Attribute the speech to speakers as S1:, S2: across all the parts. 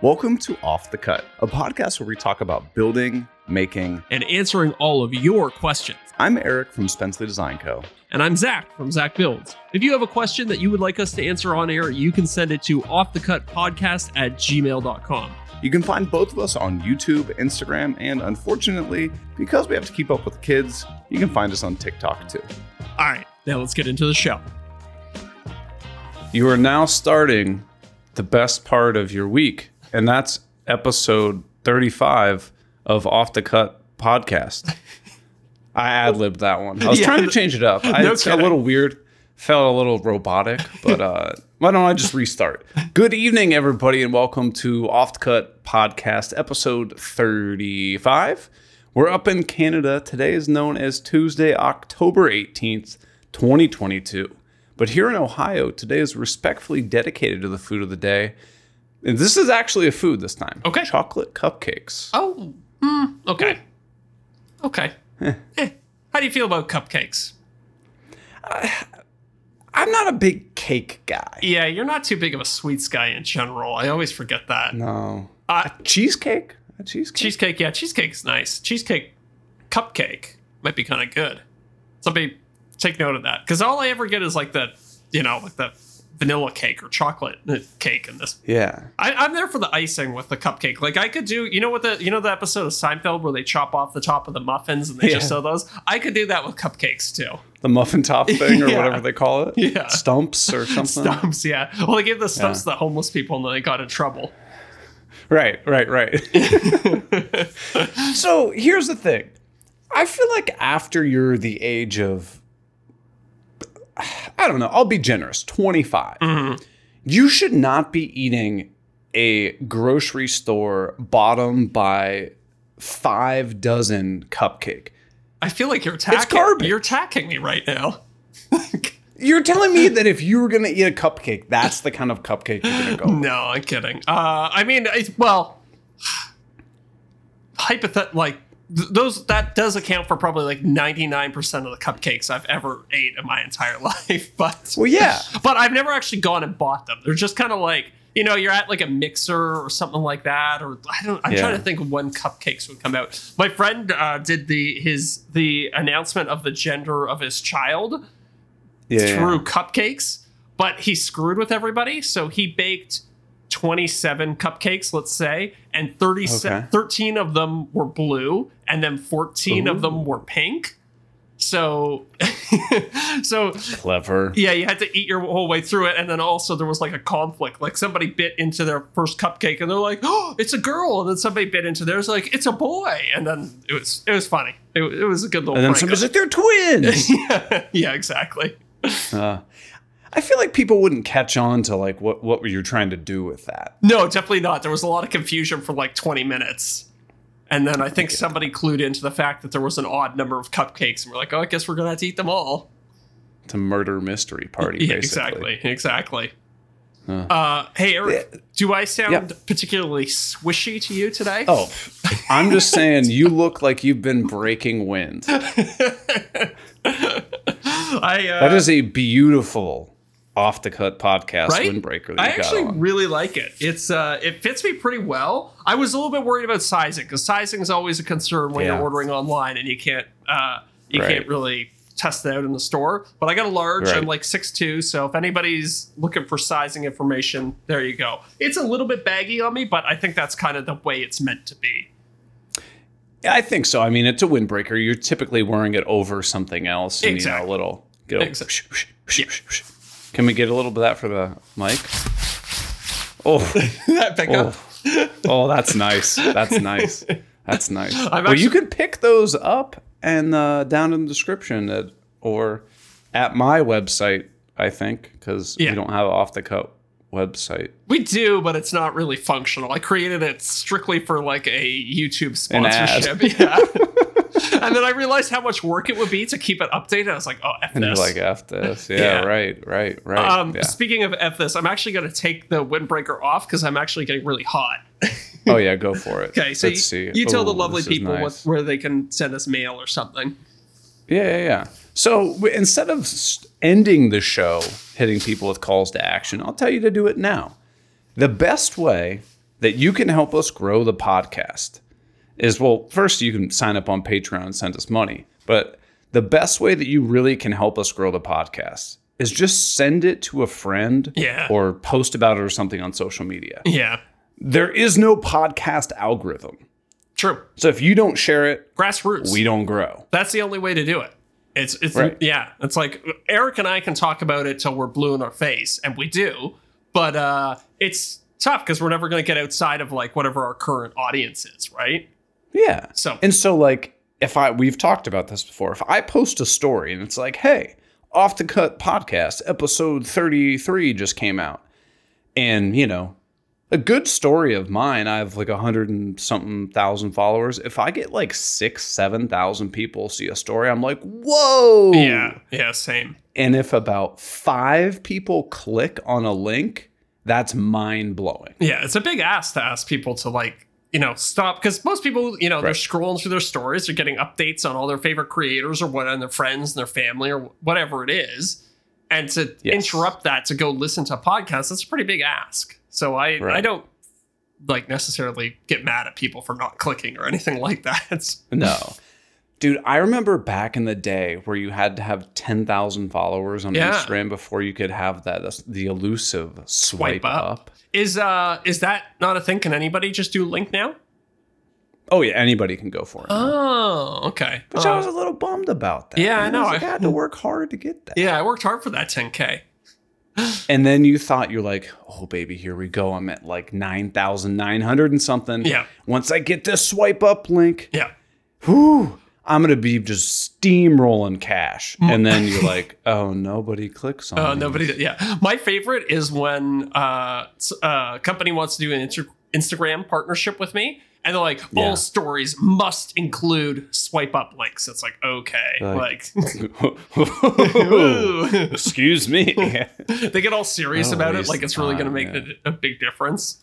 S1: Welcome to Off the Cut, a podcast where we talk about building, making.
S2: and answering all of your questions.
S1: I'm Eric from Spensley Design Co.
S2: And I'm Zach from Zach Builds. If you have a question that you would like us to answer on air, you can send it to offthecutpodcast at gmail.com.
S1: You can find both of us on YouTube, Instagram, and unfortunately, because we have to keep up with the kids, you can find us on TikTok too.
S2: All right, now let's get into the show.
S1: You are now starting the best part of your week, and that's episode 35 of Off the Cut podcast. I ad libbed that one. I was
S2: Yeah.
S1: trying to change it up. I,
S2: No
S1: it's a
S2: kidding.
S1: little weird, felt a little robotic, but uh, why don't I just restart? Good evening, everybody, and welcome to Off the Cut podcast, episode 35. We're up in Canada. Today is known as Tuesday, October 18th, 2022. But here in Ohio, today is respectfully dedicated to the food of the day. And this is actually a food this time.
S2: Okay.
S1: Chocolate cupcakes.
S2: Oh, okay. Okay. Eh, How do you feel about cupcakes?
S1: I'm not a big cake guy.
S2: Yeah, you're not too big of a sweets guy in general. I always forget
S1: Mm,
S2: that.
S1: No.
S2: Uh,
S1: Cheesecake? A cheesecake?
S2: cheesecake, yeah, cheesecake's nice. Cheesecake cupcake might be kind of good. Somebody take note of that because all I ever get is like that, you know, like that vanilla cake or chocolate uh, cake in this.
S1: yeah.
S2: I, I'm there for the icing with the cupcake. Like I could do, you know what the you know the episode of Seinfeld where they chop off the top of the muffins and they just
S1: Yeah.
S2: sell those. I could do that with cupcakes too.
S1: The muffin top thing or
S2: Yeah.
S1: whatever they call it.
S2: Yeah.
S1: Stumps or something.
S2: Stumps, yeah. Well, they gave the stumps to the homeless people and then they got in trouble.
S1: Right, right, right. so here's the thing. I feel like after you're the age of, I don't know, I'll be generous, 25, you should not be eating a grocery store bottom by five dozen cupcake.
S2: I feel like you're attacking.
S1: garbage.
S2: You're attacking me right now.
S1: You're telling me that if you were going to eat a cupcake, that's the kind of cupcake you're going to go with.
S2: No, I'm kidding. Uh, I mean, I, well, hypothet like th- those that does account for probably like 99% of the cupcakes I've ever ate in my entire life. But
S1: Well, yeah.
S2: but I've never actually gone and bought them. They're just kind of like you know you're at like a mixer or something like that, or I don't. I'm
S1: Yeah.
S2: trying to think of when cupcakes would come out. My friend uh, did the his the announcement of the gender of his child
S1: Yeah.
S2: through cupcakes, but he screwed with everybody. So he baked 27 cupcakes, let's say, and 30,
S1: Okay.
S2: 13 of them were blue, and then 14 of them were pink. So, so
S1: Clever.
S2: yeah, you had to eat your whole way through it, and then also there was like a conflict. Like somebody bit into their first cupcake, and they're like, "Oh, it's a girl," and then somebody bit into theirs, like, "It's a boy," and then it was it was funny. It, wa- it was a good little.
S1: And then
S2: prank.
S1: somebody's like, they're twins.
S2: yeah, yeah, exactly.
S1: Uh, I feel like people wouldn't catch on to like what what were you trying to do with that?
S2: No, definitely not. There was a lot of confusion for like 20 minutes. And then I think somebody clued into the fact that there was an odd number of cupcakes, and we're like, oh, I guess we're going to have to eat them all.
S1: It's a murder mystery party.
S2: Yeah,
S1: basically.
S2: exactly. Exactly.
S1: Huh.
S2: Uh, hey, Eric, do I sound
S1: Yeah.
S2: particularly swishy to you today?
S1: Oh, I'm just saying, you look like you've been breaking wind.
S2: I, uh,
S1: That is a beautiful off the cut podcast
S2: right?
S1: windbreaker. That
S2: I
S1: you got
S2: actually
S1: on.
S2: really like it. It's uh, it fits me pretty well. I was a little bit worried about sizing because sizing is always a concern when
S1: Yeah.
S2: you're ordering online and you can't uh, you
S1: Right.
S2: can't really test it out in the store. But I got a large.
S1: Right.
S2: I'm like 6'2", so if anybody's looking for sizing information, there you go. It's a little bit baggy on me, but I think that's kind of the way it's meant to be.
S1: I think so. I mean, it's a windbreaker. You're typically wearing it over something else, and you
S2: Exactly.
S1: know, a little. Go,
S2: Exact-
S1: whoosh, whoosh, whoosh, whoosh, whoosh. Can we get a little bit of that for the mic? Oh.
S2: that pickup.
S1: Oh. oh, that's nice. That's nice. That's nice.
S2: I'm
S1: well, you
S2: actually-
S1: can pick those up and uh, down in the description at, or at my website, I think, because
S2: Yeah.
S1: we don't have an off the cut website.
S2: We do, but it's not really functional. I created it strictly for like a YouTube
S1: An ad.
S2: sponsorship. Yeah. and then I realized how much work it would be to keep it updated. I was like, oh, F
S1: And
S2: this.
S1: you're like, F this. Yeah,
S2: Yeah.
S1: right, right, right.
S2: um,
S1: yeah.
S2: Speaking of F this, I'm actually going to take the windbreaker off because I'm actually getting really hot.
S1: Oh, yeah, go for it.
S2: Okay, so you,
S1: Let's see.
S2: you tell the
S1: Ooh,
S2: lovely
S1: this is
S2: people
S1: nice.
S2: what, where they can send us mail or something.
S1: Yeah, yeah, yeah. So w- instead of s- ending the show hitting people with calls to action, I'll tell you to do it now. The best way that you can help us grow the podcast is well, first, you can sign up on Patreon and send us money. But the best way that you really can help us grow the podcast is just send it to a friend
S2: Yeah.
S1: or post about it or something on social media.
S2: Yeah.
S1: There is no podcast algorithm.
S2: True.
S1: So if you don't share it,
S2: Grassroots.
S1: we don't grow.
S2: That's the only way to do it. It's it's
S1: Right.
S2: yeah. It's like Eric and I can talk about it till we're blue in our face, and we do. But uh, it's tough because we're never going to get outside of like whatever our current audience is, right?
S1: Yeah.
S2: So-
S1: and so like if I we've talked about this before. If I post a story and it's like, hey, off the cut podcast, episode 33 just came out. And, you know, a good story of mine, I have like a hundred and something thousand followers. If I get like six, seven thousand people see a story, I'm like, whoa.
S2: Yeah, yeah, same.
S1: And if about five people click on a link, that's mind blowing.
S2: Yeah, it's a big ask to ask people to like, you know, stop because most people, you know, they're
S1: Right.
S2: scrolling through their stories, they're getting updates on all their favorite creators or what, and their friends and their family or whatever it is, and to
S1: Yes.
S2: interrupt that to go listen to a podcast, that's a pretty big ask. So I, I
S1: Right.
S2: don't like necessarily get mad at people for not clicking or anything like that. It's-
S1: No. Dude, I remember back in the day where you had to have 10,000 followers on
S2: Yeah.
S1: Instagram before you could have that that's the elusive swipe,
S2: Swipe up.
S1: up.
S2: is uh, is that not a thing? Can anybody just do link now?
S1: Oh yeah, anybody can go for it. now.
S2: Oh, okay.
S1: Which
S2: Uh,
S1: I was a little bummed about that.
S2: Yeah, I
S1: You I
S2: know.
S1: was like, I had to work hard to get that.
S2: yeah, I worked hard for that 10k.
S1: And then you thought you're like, "Oh baby, here we go. I'm at like 9,900 and something.
S2: Yeah.
S1: Once I get this swipe up link,
S2: Yeah.
S1: whew, I'm going to be just steamrolling cash."
S2: Mm.
S1: And then you're like, "Oh, nobody clicks on
S2: Uh,
S1: these."
S2: nobody. Yeah, my favorite is when uh, s- uh, company wants to do an inter- Instagram partnership with me, and they're like, "All
S1: Yeah.
S2: stories must include swipe up links." It's like, okay, like,
S1: Like- Ooh.
S2: ooh.
S1: Excuse me.
S2: they get all serious
S1: What a
S2: about it,
S1: waste
S2: like
S1: of
S2: it's really going to
S1: time,
S2: make
S1: yeah. Oh.
S2: a, a big difference.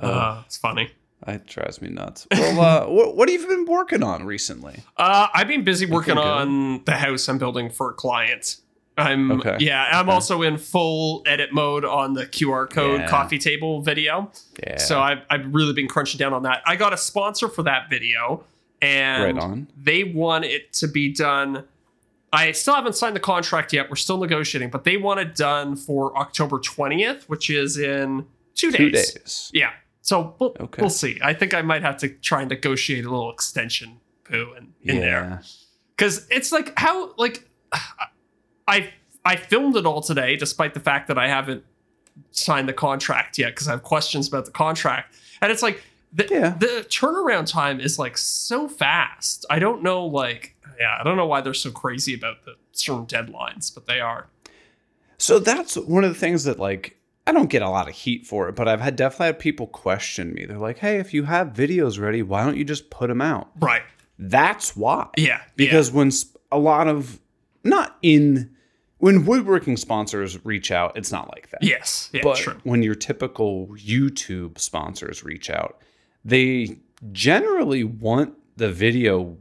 S2: Uh, it's funny.
S1: that drives me nuts. Well, uh, what, what have you been working on recently?
S2: Uh, I've been busy working
S1: good.
S2: on the house I'm building for a client. I'm
S1: Okay.
S2: yeah. I'm also in full edit mode on the QR code
S1: Yeah.
S2: coffee table video.
S1: Yeah.
S2: So I've, I've really been crunching down on that. I got a sponsor for that video, and
S1: right on.
S2: they want it to be done. I still haven't signed the contract yet. We're still negotiating, but they want it done for October 20th, which is in two days.
S1: Two days.
S2: Yeah. So we'll,
S1: Okay.
S2: we'll see. I think I might have to try and negotiate a little extension poo in, in there. Because it's like, how, like, I, I filmed it all today, despite the fact that I haven't signed the contract yet because I have questions about the contract. And it's like the,
S1: Yeah.
S2: the turnaround time is like so fast. I don't know, like, yeah, I don't know why they're so crazy about the certain deadlines, but they are.
S1: So that's one of the things that like I don't get a lot of heat for it, but I've had definitely had people question me. They're like, "Hey, if you have videos ready, why don't you just put them out?"
S2: Right.
S1: That's why.
S2: Yeah.
S1: because when sp- a lot of not in when woodworking sponsors reach out, it's not like that.
S2: yeah. yes. Yeah.
S1: but
S2: true.
S1: when your typical YouTube sponsors reach out, they generally want the video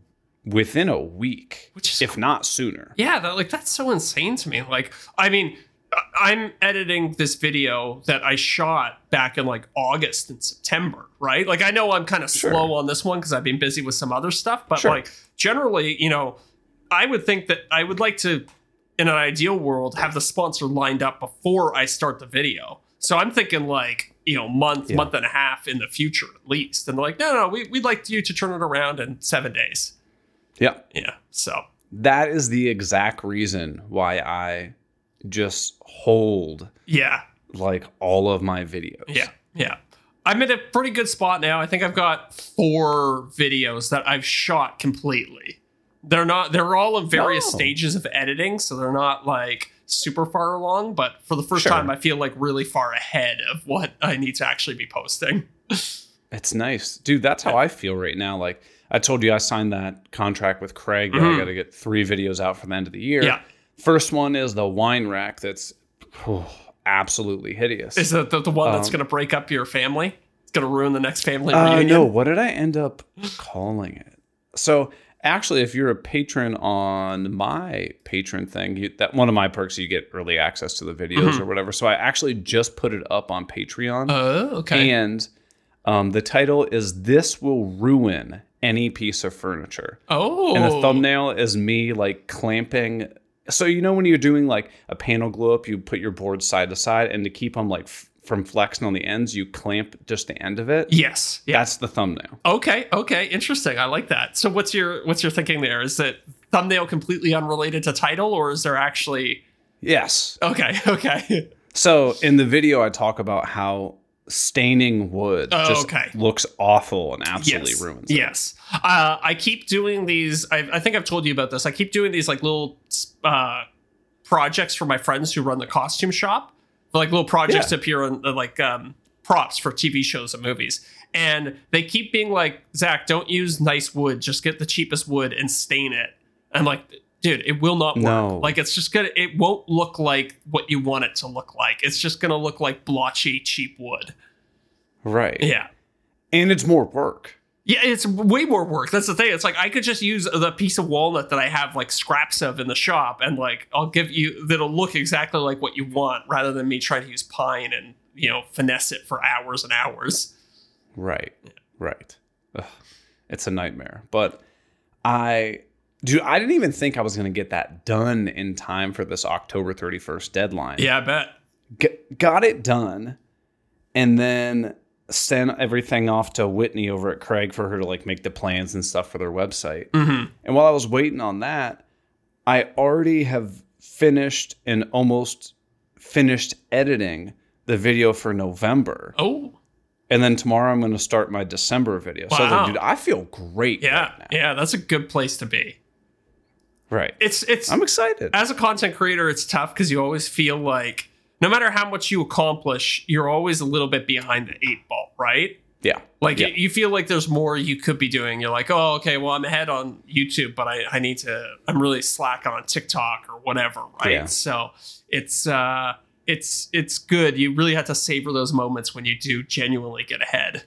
S1: within a week,
S2: Which is
S1: if not sooner.
S2: Yeah, that like that's so insane to me. Like, I mean, I- I'm editing this video that I shot back in like August and September, right? Like, I know I'm kind of
S1: Sure.
S2: slow on this one because I've been busy with some other stuff, but
S1: Sure.
S2: like generally, you know, I would think that I would like to, in an ideal world, have the sponsor lined up before I start the video. So I'm thinking like you know month,
S1: Yeah.
S2: month and a half in the future at least, and they're like, no, no, we, we'd like you to turn it around in seven days.
S1: Yeah.
S2: Yeah, so
S1: That is the exact reason why I just hold
S2: yeah,
S1: like all of my videos.
S2: Yeah, yeah. I'm in a pretty good spot now. I think I've got four videos that I've shot completely. They're not. They're all in various
S1: No.
S2: stages of editing, so they're not like super far along. But for the first
S1: Sure.
S2: time, I feel like really far ahead of what I need to actually be posting.
S1: It's nice. Dude, that's how I feel right now. Like I told you I signed that contract with Craig. that
S2: Mhm.
S1: I got to get 3 videos out for the end of the year.
S2: Yeah.
S1: First one is the wine rack that's oh, absolutely hideous.
S2: Is that the, the one that's
S1: Um,
S2: going to break up your family? It's going to ruin the next family
S1: Uh,
S2: reunion.
S1: no, what did I end up calling it? So actually, if you're a patron on my patron thing, you, that one of my perks, you get early
S2: Mm-hmm.
S1: access to the videos or whatever. So I actually just put it up on Patreon,
S2: Oh, okay.
S1: and Um, the title is This Will Ruin Any Piece of Furniture.
S2: Oh.
S1: And the thumbnail is me like clamping. So, you know, when you're doing like a panel glow up, you put your boards side to side, and to keep them like f- from flexing on the ends, you clamp just the end of it.
S2: Yes. Yeah.
S1: That's the thumbnail.
S2: Okay. Okay. Interesting. I like that. So what's your what's your thinking there? Is that thumbnail completely unrelated to title, or is there actually?
S1: Yes.
S2: Okay. Okay.
S1: So in the video, I talk about how staining wood
S2: Oh,
S1: just
S2: okay.
S1: looks awful and absolutely
S2: yes.
S1: ruins it.
S2: Yes. Uh, I keep doing these. I, I think I've told you about this. I keep doing these like little uh, projects for my friends who run the costume shop. Like little projects
S1: Yeah.
S2: to appear on uh, like um, props for TV shows and movies. And they keep being like, Zach, don't use nice wood. Just get the cheapest wood and stain it. I'm like, dude, it will not work.
S1: No.
S2: Like it's just gonna. It won't look like what you want it to look like. It's just gonna look like blotchy, cheap wood.
S1: Right.
S2: Yeah.
S1: And it's more work.
S2: Yeah, it's way more work. That's the thing. It's like I could just use the piece of walnut that I have like scraps of in the shop, and like I'll give you that'll look exactly like what you want, rather than me trying to use pine and you know finesse it for hours and hours.
S1: Right. Right. Ugh, it's a nightmare. But I dude, I didn't even think I was gonna get that done in time for this October 31st deadline.
S2: Yeah, I bet.
S1: G- got it done and then sent everything off to Whitney over at Craig for her to like make the plans and stuff for their website.
S2: Mm-hmm.
S1: And while I was waiting on that, I already have finished and almost finished editing the video for November.
S2: Oh,
S1: And then tomorrow I'm going to start my December video. So I was
S2: Wow.
S1: like, dude, I feel great.
S2: yeah,
S1: Right. now.
S2: yeah. That's a good place to be.
S1: Right.
S2: It's it's
S1: I'm excited.
S2: as a content creator, it's tough because you always feel like no matter how much you accomplish, you're always a little bit behind the eight ball, right?
S1: yeah.
S2: Like
S1: Yeah.
S2: you, you feel like there's more you could be doing. You're like, oh, okay, well, I'm ahead on YouTube, but I, I need to. I'm really slack on TikTok or whatever, right?
S1: Yeah.
S2: So it's uh, it's it's good. You really have to savor those moments when you do genuinely get ahead.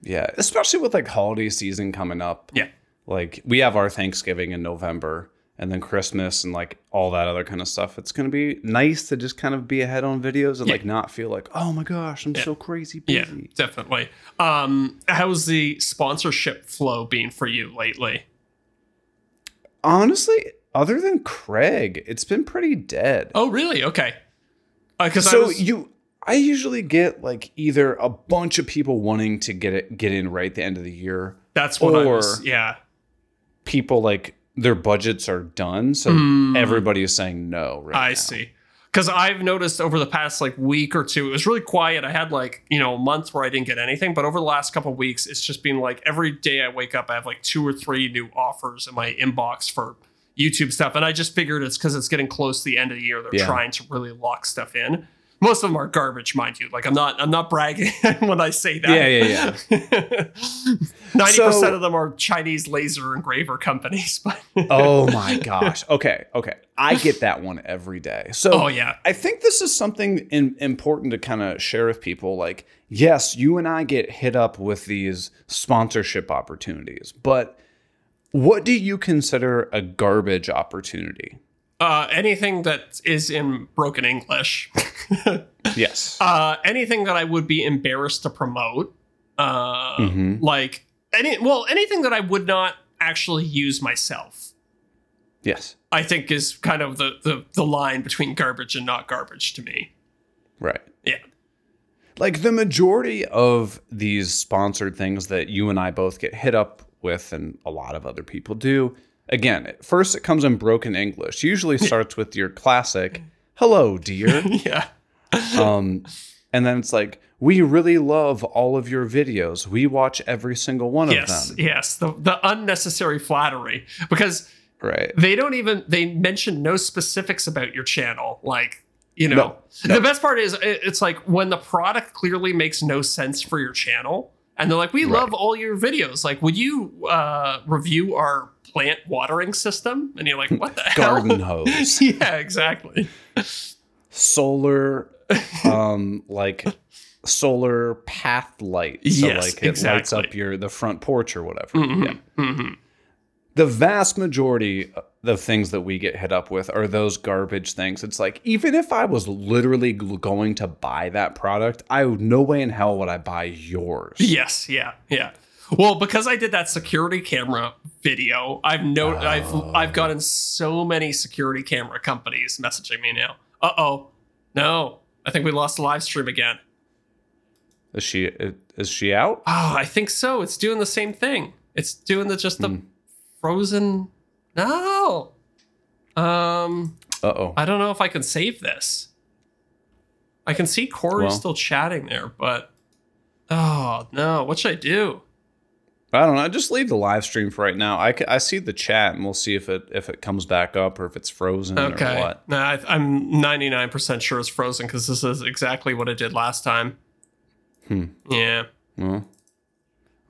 S1: Yeah. Especially with like holiday season coming up.
S2: Yeah.
S1: Like we have our Thanksgiving in November and then Christmas and like all that other kind of stuff. It's going to be nice to just kind of be ahead on videos and
S2: Yeah.
S1: like not feel like, oh my gosh, I'm
S2: Yeah.
S1: so crazy
S2: Yeah,
S1: busy.
S2: definitely. Um, how's the sponsorship flow been for you lately?
S1: honestly, other than Craig, it's been pretty dead.
S2: Oh, really? Okay. Because
S1: so
S2: I was,
S1: you, I usually get like either a bunch of people wanting to get it get in right at the end of the year,
S2: that's what I
S1: or-
S2: was. Yeah.
S1: people like their budgets are done, so
S2: Mm.
S1: everybody is saying no. Right
S2: I
S1: now.
S2: see. Because I've noticed over the past like week or two, it was really quiet. I had like you know a month where I didn't get anything, but over the last couple of weeks, it's just been like every day I wake up, I have like two or three new offers in my inbox for YouTube stuff, and I just figured it's because it's getting close to the end of the year. They're
S1: Yeah.
S2: trying to really lock stuff in. Most of them are garbage, mind you. Like I'm not I'm not bragging when I say that.
S1: Yeah, yeah,
S2: yeah. Ninety percent
S1: So-
S2: of them are Chinese laser engraver companies, but
S1: oh my gosh. Okay, okay. I get that one every day. So
S2: oh yeah,
S1: I think this is something in, important to kind of share with people. Like, yes, you and I get hit up with these sponsorship opportunities, but what do you consider a garbage opportunity?
S2: Uh, anything that is in broken English.
S1: Yes.
S2: uh, anything that I would be embarrassed to promote. Uh,
S1: Mhm.
S2: Like any, well, anything that I would not actually use myself.
S1: Yes.
S2: I think is kind of the the, the line between garbage and not garbage to me.
S1: Right.
S2: Yeah.
S1: Like the majority of these sponsored things that you and I both get hit up with, and a lot of other people do. Again, at first it comes in broken English. Usually starts with your classic, "Hello, dear."
S2: yeah.
S1: um, and then it's like we really love all of your videos we watch every single one
S2: Yes.
S1: of them
S2: Yes. The the unnecessary flattery because
S1: right
S2: they don't even they mention no specifics about your channel like you know
S1: No, no.
S2: the best part is it- it's like when the product clearly makes no sense for your channel and they're like we
S1: Right.
S2: love all your videos like would you uh review our plant watering system and you're like what the
S1: garden
S2: hell
S1: hose
S2: yeah exactly
S1: solar um like solar path light so
S2: Yes,
S1: like it lights
S2: exactly. Mm-hmm,
S1: up your the front porch or whatever
S2: Mhm,
S1: yeah
S2: mhm.
S1: the vast majority the things that we get hit up with are those garbage things. It's like even if I was literally g- going to buy that product, I would- no way in hell would I buy yours.
S2: Yes, yeah, yeah. Well, because I did that security camera video, I've no, I've I've gotten so many security camera companies messaging me now. Uh oh, no, I think we lost the live stream again.
S1: Is she is she out?
S2: Oh, I think so. It's doing the same thing. It's doing the just the frozen. No, um,
S1: Uh oh.
S2: I don't know if I can save this. I can see Corey's
S1: Well.
S2: still chatting there, but oh no, what should I do?
S1: I don't know. Just leave the live stream for right now. I, c- I see the chat and we'll see if it if it comes back up or if it's frozen or
S2: Okay.
S1: what.
S2: No, I, I'm 99% sure it's frozen because this is exactly what it did last time.
S1: Hmm.
S2: Yeah.
S1: Well,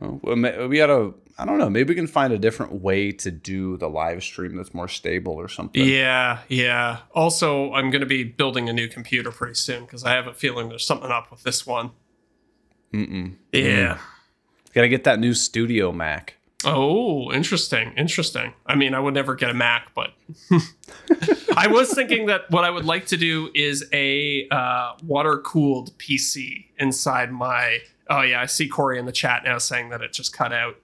S1: Oh, well, we ma- we gotta. I don't know. Maybe we can find a different way to do the live stream that's more stable or something.
S2: Yeah. Yeah. Also, I'm going to be building a new computer pretty soon because I have a feeling there's something up with this one.
S1: Mm-mm.
S2: Yeah.
S1: Gotta get that new studio Mac.
S2: Oh, interesting. Interesting. I mean, I would never get a Mac, but I was thinking that what I would like to do is a uh, water cooled PC inside my. Oh, yeah. I see Corey in the chat now saying that it just cut out.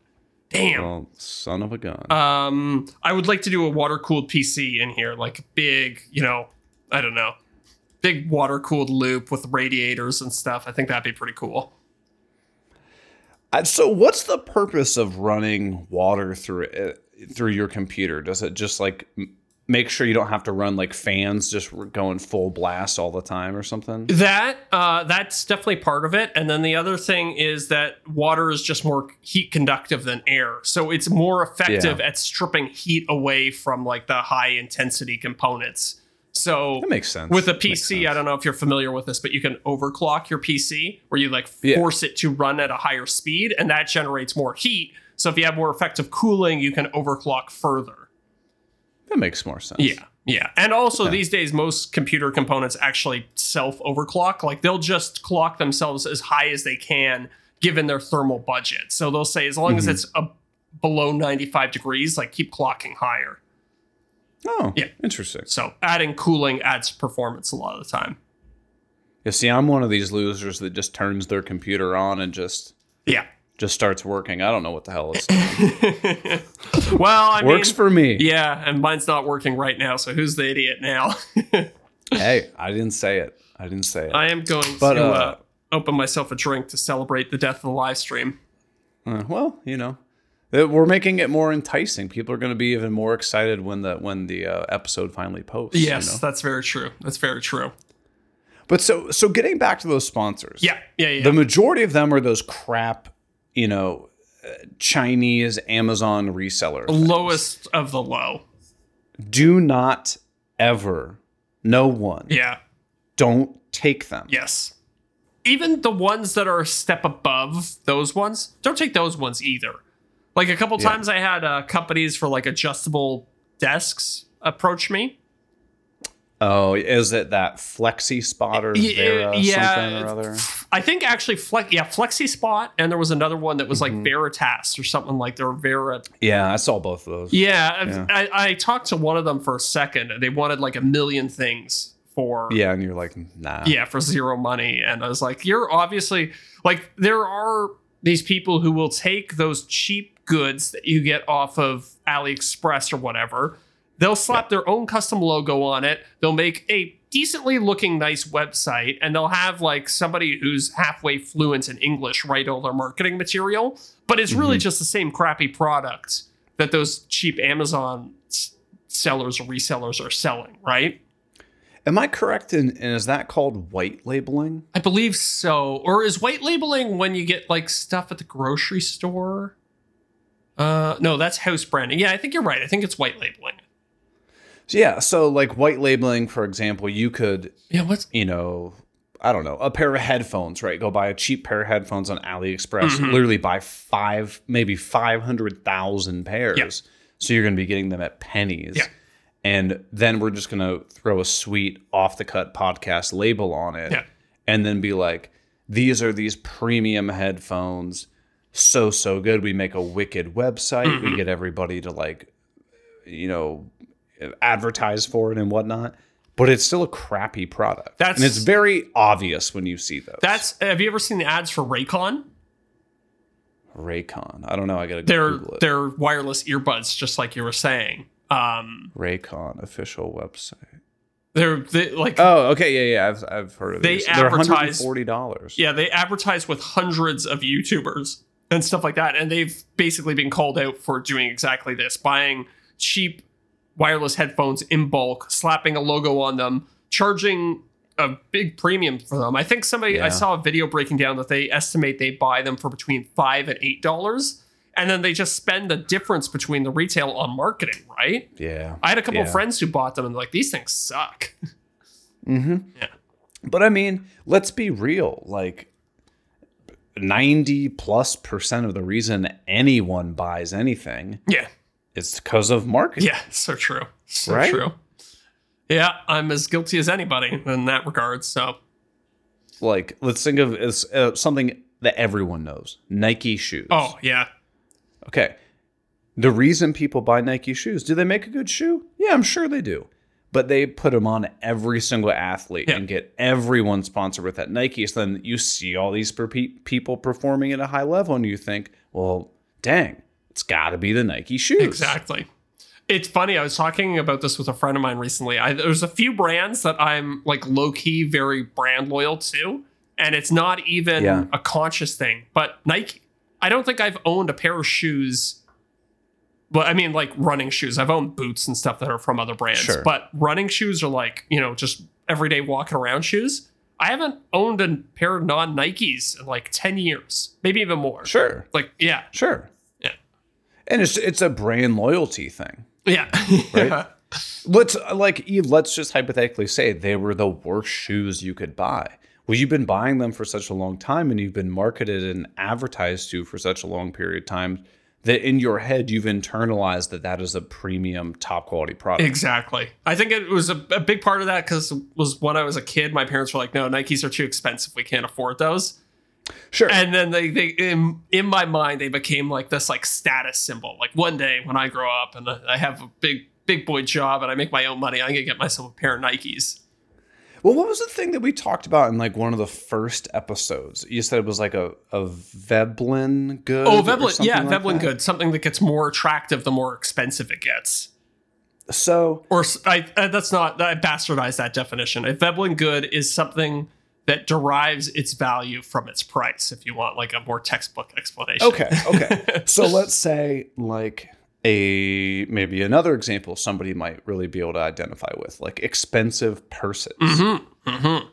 S2: Damn.
S1: Well, Oh, son of a gun.
S2: Um, I would like to do a water cooled PC in here, like a big, you know, I don't know, big water cooled loop with radiators and stuff. I think that'd be pretty cool.
S1: I- so, what's the purpose of running water through it, through your computer? Does it just like m- make sure you don't have to run like fans just r- going full blast all the time or something?
S2: That uh, that's definitely part of it. And then the other thing is that water is just more heat conductive than air, so it's more effective at stripping heat away from like the high intensity components. So
S1: That makes sense.
S2: with a
S1: That makes
S2: PC, I
S1: sense.
S2: don't know if you're familiar with this, but you can overclock your PC where you like
S1: Yeah.
S2: force it to run at a higher speed and that generates more heat. So if you have more effective cooling, you can overclock further.
S1: That makes more sense.
S2: Yeah. Yeah. And also
S1: Okay.
S2: these days most computer components actually self overclock. Like they'll just clock themselves as high as they can given their thermal budget. So they'll say as long as
S1: Mhm.
S2: it's a, below 95 degrees, like keep clocking higher.
S1: Oh,
S2: Yeah.
S1: Interesting.
S2: So adding cooling adds performance a lot of the time.
S1: You see, I'm one of these losers that just turns their computer on and just
S2: Yeah.
S1: just starts working. I don't know what the hell it's
S2: well, I
S1: works
S2: mean,
S1: for me.
S2: yeah, and mine's not working right now. So who's the idiot now?
S1: Hey, I didn't say it. I didn't say it.
S2: I am going
S1: But,
S2: to uh,
S1: uh,
S2: open myself a drink to celebrate the death of the live stream.
S1: Uh, well, you know, That- we're making it more enticing. People are going to be even more excited when the when the uh, episode finally posts. you
S2: Yes,
S1: know?
S2: that's very true. That's very true.
S1: But so so getting back to those sponsors.
S2: Yeah, yeah, yeah.
S1: The majority of them are those crap, you know, uh, Chinese Amazon resellers.
S2: Lowest of the low.
S1: Do not ever, no one,
S2: Yeah.
S1: don't take them.
S2: Yes. Even the ones that are a step above those ones, don't take those ones either. Like a couple
S1: Yeah.
S2: times I had uh, companies for like adjustable desks approach me
S1: Oh, is it that Flexi Spotter
S2: Y-
S1: Vera
S2: yeah,
S1: something or other?
S2: it's- I think actually, Flex, yeah, Flexi Spot, and there was another one that was like Veritas or something like their Vera.
S1: Yeah, I saw both of those.
S2: Yeah, I've-
S1: Yeah.
S2: I, I talked to one of them for a second, and they wanted like a million things for
S1: Yeah, and you're like, nah.
S2: yeah for zero money, and I was like, you're obviously like there are these people who will take those cheap goods that you get off of AliExpress or whatever. They'll slap their own custom logo on it. They'll make a decently looking nice website and they'll have like somebody who's halfway fluent in English write all their marketing material, but it's really just the same crappy product that those cheap Amazon s- sellers or resellers are selling, right?
S1: Am I correct? In, and is that called white labeling?
S2: I believe so. Or is white labeling when you get like stuff at the grocery store? Uh no, that's house branding. Yeah, I think you're right. I think it's white labeling.
S1: So, yeah. So, like white labeling, for example, you could,
S2: Yeah, what's
S1: you know, I don't know, a pair of headphones, right? Go buy a cheap pair of headphones on AliExpress,
S2: Mhm.
S1: literally buy five, maybe 500,000 pairs.
S2: Yeah.
S1: So, you're going to be getting them at pennies.
S2: Yeah.
S1: And then we're just going to throw a sweet off the cut podcast label on it
S2: Yeah.
S1: and then be like, these are these premium headphones. So,
S2: Mm-hmm.
S1: so good. We make a wicked website. We get everybody to like, you know, advertised for it and whatnot. But it's still a crappy product.
S2: That's-
S1: and it's very obvious when you see those.
S2: That's have you ever seen the ads for Raycon?
S1: Raycon. I don't know. I gotta
S2: They're
S1: Google it.
S2: they're wireless earbuds, just like you were saying. Um,
S1: Raycon official website.
S2: they're they, like
S1: Oh, okay, yeah, yeah. I've, I've heard of
S2: They
S1: these.
S2: advertise-
S1: They're $140.
S2: yeah, they advertise with hundreds of YouTubers and stuff like that, and they've basically been called out for doing exactly this: buying cheap wireless headphones in bulk, slapping a logo on them, charging a big premium for them. I think somebody
S1: Yeah.
S2: I saw a video breaking down that they estimate they buy them for between five and eight dollars, and then they just spend the difference between the retail on marketing. Right?
S1: Yeah.
S2: I had a couple
S1: Yeah.
S2: of friends who bought them and they're like these things suck.
S1: Mm-hmm.
S2: Yeah.
S1: But I mean, let's be real. Like, 90 plus percent of the reason anyone buys anything
S2: Yeah,
S1: is because of marketing.
S2: yeah, so true, so
S1: Right?
S2: true. Yeah, I'm as guilty as anybody in that regard. So
S1: Like, let's think of as, uh, something that everyone knows Nike shoes.
S2: oh yeah,
S1: Okay. The reason people buy Nike shoes, do they make a good shoe? Yeah, I'm sure they do. But they put them on every single athlete
S2: Yeah.
S1: and get everyone sponsored with that Nike. So then you see all these per- pe- people performing at a high level and you think, well, dang, it's got to be the Nike shoes.
S2: Exactly. It's funny. I was talking about this with a friend of mine recently. I, there's a few brands that I'm like low key very brand loyal to, and it's not even
S1: Yeah.
S2: a conscious thing. But Nike, I don't think I've owned a pair of shoes. But I mean, like running shoes. I've owned boots and stuff that are from other brands.
S1: Sure.
S2: But running shoes are like you know just everyday walking around shoes. I haven't owned a pair of non Nikes in like ten years, maybe even more.
S1: Sure.
S2: Like yeah,
S1: Sure.
S2: Yeah.
S1: And it's it's a brand loyalty thing.
S2: yeah,
S1: Right? Let's like e- let's just hypothetically say they were the worst shoes you could buy. Well, you've been buying them for such a long time, and you've been marketed and advertised to for such a long period of time that in your head you've internalized that that is a premium, top quality product.
S2: Exactly. I think it was a, a big part of that because was when I was a kid, my parents were like, "No, Nikes are too expensive. We can't afford those."
S1: sure.
S2: And then they, they in, in my mind, they became like this like status symbol. Like one day when I grow up and I have a big big boy job and I make my own money, I'm gonna get myself a pair of Nikes.
S1: well, what was the thing that we talked about in like one of the first episodes? You said it was like a a Veblen good.
S2: Oh,
S1: or
S2: Veblen,
S1: something
S2: yeah,
S1: like
S2: Veblen
S1: that?
S2: good. Something that gets more attractive the more expensive it gets.
S1: So
S2: or s- I, uh, that's not I bastardized that definition. A Veblen good is something that derives its value from its price. If you want like a more textbook explanation,
S1: Okay, okay. so let's say like a maybe another example somebody might really be able to identify with, like expensive purses.
S2: Mm-hmm. Mm-hmm.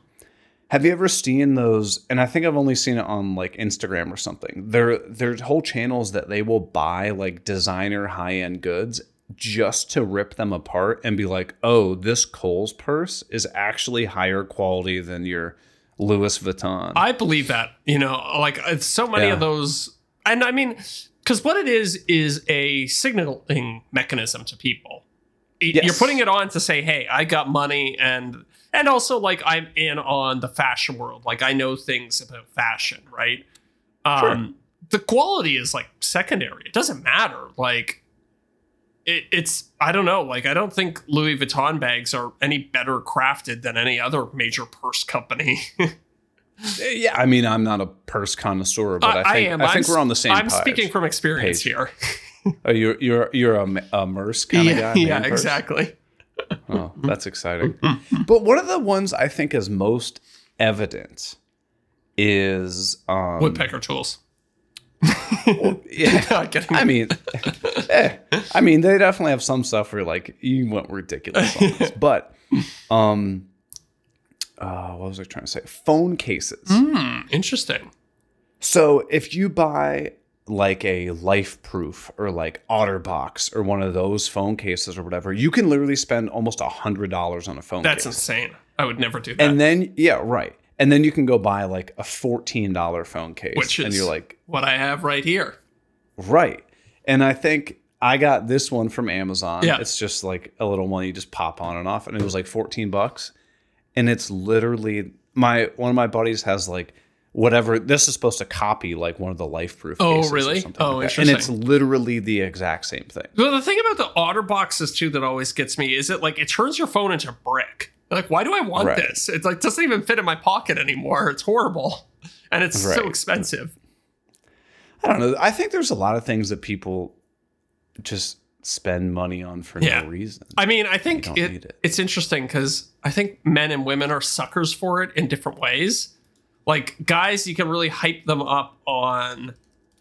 S1: Have you ever seen those? And I think I've only seen it on like Instagram or something. There there's whole channels that they will buy like designer high-end goods just to rip them apart and be like, "Oh, this Kohl's purse is actually higher quality than your Louis Vuitton."
S2: I believe that. You know, like uh, so many
S1: Yeah.
S2: of those, and I mean, because what it is is a signaling mechanism to people. Y-
S1: Yes.
S2: You're putting it on to say, "Hey, I got money," and and also like I'm in on the fashion world. Like I know things about fashion, right? Um, The quality is like secondary. It doesn't matter. Like it, it's I don't know. Like I don't think Louis Vuitton bags are any better crafted than any other major purse company.
S1: yeah, I mean, I'm not a purse connoisseur, but I
S2: I- I
S1: think I,
S2: am.
S1: think
S2: I'm
S1: we're on the same
S2: I'm
S1: page.
S2: speaking from experience
S1: Page.
S2: here.
S1: Oh, you're you're you're a, a merce kind of guy.
S2: yeah, yeah
S1: man purse?
S2: exactly.
S1: Oh, that's exciting. but one of the ones I think is most evident is um,
S2: Woodpecker tools.
S1: Yeah,
S2: Not kidding.
S1: I mean, eh, I mean, they definitely have some stuff where like you went ridiculous on this, but um, uh, what was I trying to say? Phone cases.
S2: Hmm, interesting.
S1: So if you buy like a LifeProof or like OtterBox or one of those phone cases or whatever, you can literally spend almost a hundred dollars on a phone.
S2: That's
S1: case.
S2: insane. I would never do that.
S1: and then yeah, right. And then you can go buy like a fourteen dollar phone case,
S2: Which
S1: and
S2: is-
S1: you're like,
S2: what I have right here.
S1: right. And I think I got this one from Amazon.
S2: Yeah.
S1: It's just like a little one you just pop on and off, and it was like fourteen bucks, and it's literally my one of my buddies has like whatever this is supposed to copy like one of the life proof
S2: Oh,
S1: cases or
S2: really?
S1: something
S2: Oh,
S1: like that. and it's
S2: interesting.
S1: literally the exact same thing
S2: Well, the thing about the otter boxes too that always gets me is it like it turns your phone into brick. Like, why do I want
S1: Right.
S2: this? It's like doesn't even fit in my pocket anymore. It's horrible, and it's so
S1: Right.
S2: expensive.
S1: i don't know i think there's a lot of things that people just spend money on for
S2: Yeah.
S1: no reason
S2: I mean, I think
S1: don't
S2: it,
S1: need it.
S2: it's interesting because I think men and women are suckers for it in different ways. Like guys, you can really hype them up on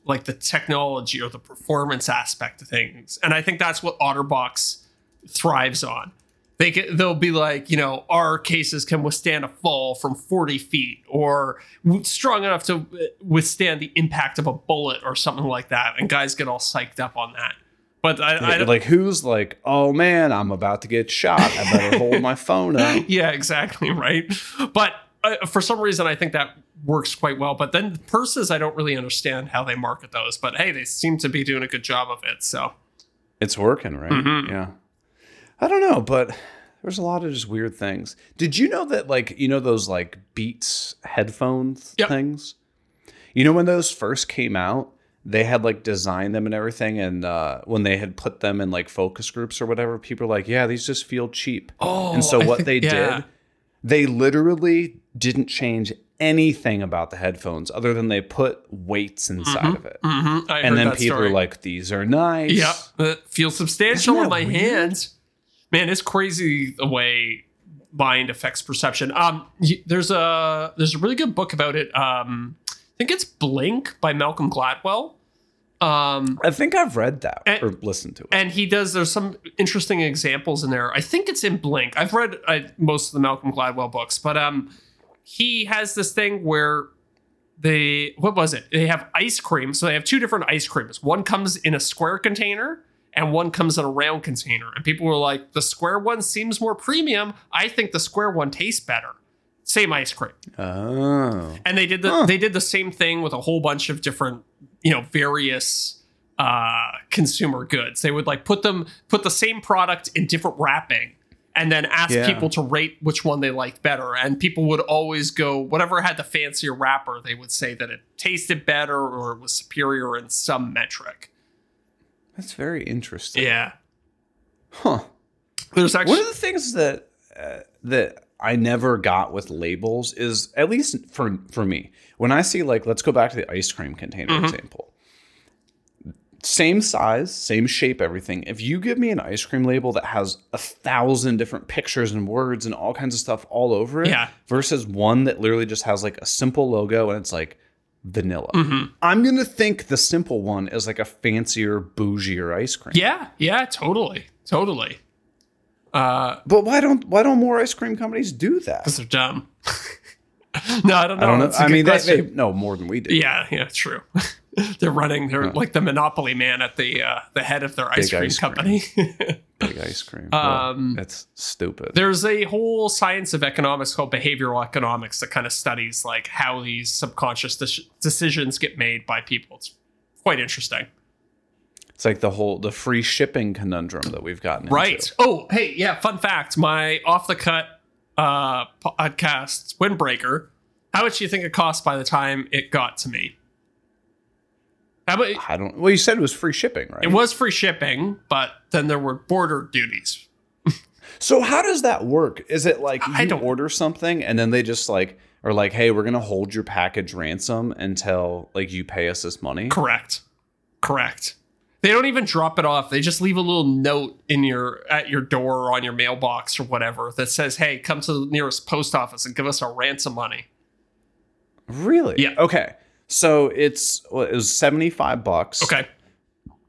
S2: like the technology or the performance aspect of things, and I think that's what OtterBox thrives on. They can, they'll be like, you know, our cases can withstand a fall from forty feet, or w- strong enough to uh, withstand the impact of a bullet or something like that. And guys get all psyched up on that. But I, I don't,
S1: like who's like oh man i'm about to get shot i better hold my phone up
S2: yeah, exactly, right? But uh, for some reason, I think that works quite well. But then purses, I don't really understand how they market those. But hey, they seem to be doing a good job of it. So
S1: it's working right
S2: Mhm.
S1: yeah i don't know but there's a lot of just weird things did you know that like you know those like beats headphones
S2: Yep.
S1: things you know when those first came out they had like designed them and everything and uh, when they had put them in like focus groups or whatever people were like yeah these just feel cheap
S2: oh,
S1: and so
S2: I
S1: what
S2: think-
S1: they
S2: yeah.
S1: did they literally didn't change anything about the headphones other than they put weights inside of it
S2: Mhm, I
S1: and
S2: heard
S1: then
S2: that
S1: people
S2: story.
S1: are like these are nice
S2: "Yep, that feels substantial
S1: Isn't
S2: in
S1: that
S2: my
S1: weird?
S2: hands." Man, it's crazy the way mind affects perception. Um, y- there's a there's a really good book about it. Um, I think it's Blink by Malcolm Gladwell. Um,
S1: I think I've read that
S2: And-
S1: or listened to it.
S2: and he does there's some interesting examples in there i think it's in blink i've read uh most of the malcolm gladwell books but um he has this thing where they what was it they have ice cream so they have two different ice creams one comes in a square container and one comes in a round container and people were like the square one seems more premium i think the square one tastes better same ice cream
S1: Oh,
S2: and they did the
S1: Huh.
S2: they did the same thing with a whole bunch of different you know various uh consumer goods they would like put them put the same product in different wrapping and then ask
S1: Yeah.
S2: people to rate which one they liked better and people would always go whatever had the fancier wrapper they would say that it tasted better or it was superior in some metric
S1: that's very interesting.
S2: yeah
S1: Huh.
S2: there's actually
S1: One of the things that uh, that I never got with labels is at least for for me when I see like let's go back to the ice cream container
S2: Mm-hmm.
S1: example. Same size, same shape, everything. If you give me an ice cream label that has a thousand different pictures and words and all kinds of stuff all over it,
S2: Yeah.
S1: versus one that literally just has like a simple logo and it's like vanilla,
S2: Mm-hmm.
S1: I'm gonna think the simple one is like a fancier, bougier ice cream.
S2: yeah yeah totally totally uh
S1: But why don't why don't more ice cream companies do that?
S2: because they're dumb no i don't know
S1: I don't know.
S2: That's a
S1: I
S2: good
S1: mean, they,
S2: question.
S1: they know more than we do.
S2: Yeah, yeah, true. they're running. They're like the monopoly man at the uh, the head of their
S1: Big
S2: ice cream
S1: ice cream.
S2: company.
S1: Big ice cream.
S2: Um,
S1: Well, that's stupid.
S2: There's a whole science of economics called behavioral economics that kind of studies like how these subconscious de- decisions get made by people. It's quite interesting,
S1: It's like the whole the free shipping conundrum that we've gotten
S2: right?
S1: into.
S2: Oh, hey, yeah. Fun fact: my off the cut uh, podcast windbreaker. How much do you think it cost by the time it got to me? How about
S1: I don't. Well, you said it was free shipping, right?
S2: it was free shipping, but then there were border duties.
S1: so how does that work? Is it like you
S2: I don't-
S1: order something and then they just like are like, hey, we're gonna hold your package ransom until like you pay us this money?
S2: Correct. Correct. They don't even drop it off. They just leave a little note in your at your door or on your mailbox or whatever that says, "Hey, come to the nearest post office and give us our ransom money."
S1: Really?
S2: Yeah.
S1: Okay. So it's well, it was seventy five bucks.
S2: Okay.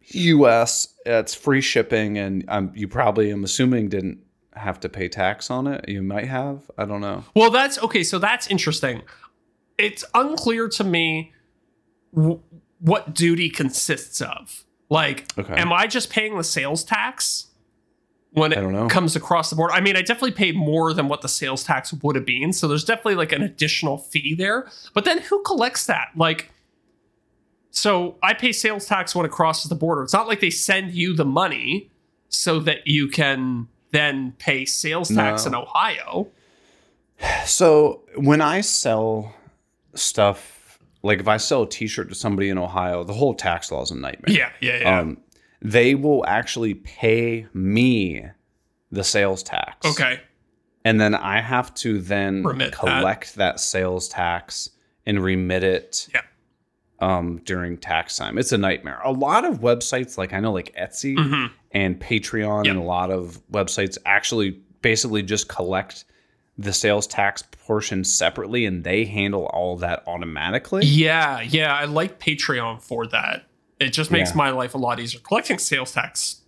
S1: U.S. It's free shipping, and um, you probably, I'm assuming, didn't have to pay tax on it. You might have. I don't know.
S2: Well, that's okay. So that's interesting. It's unclear to me w- what duty consists of. Like,
S1: Okay.
S2: am I just paying the sales tax when
S1: I
S2: it
S1: don't know.
S2: comes across the board? I mean, I definitely paid more than what the sales tax would have been. So there's definitely like an additional fee there. But then who collects that? Like, so I pay sales tax when it crosses the border. It's not like they send you the money so that you can then pay sales tax
S1: No.
S2: in Ohio.
S1: So when I sell stuff like if I sell a T-shirt to somebody in Ohio, the whole tax law is a nightmare.
S2: Yeah, yeah, yeah.
S1: Um, they will actually pay me the sales tax.
S2: okay.
S1: And then I have to then
S2: Remit that.
S1: collect that. sales tax and remit it
S2: Yeah.
S1: um, during tax time. It's a nightmare. A lot of websites, like I know, like Etsy
S2: Mhm.
S1: and Patreon,
S2: Yep.
S1: and a lot of websites actually basically just collect the sales tax portion separately and they handle all that automatically.
S2: Yeah, yeah. I like Patreon for that. It just makes
S1: Yeah.
S2: my life a lot easier. Collecting sales tax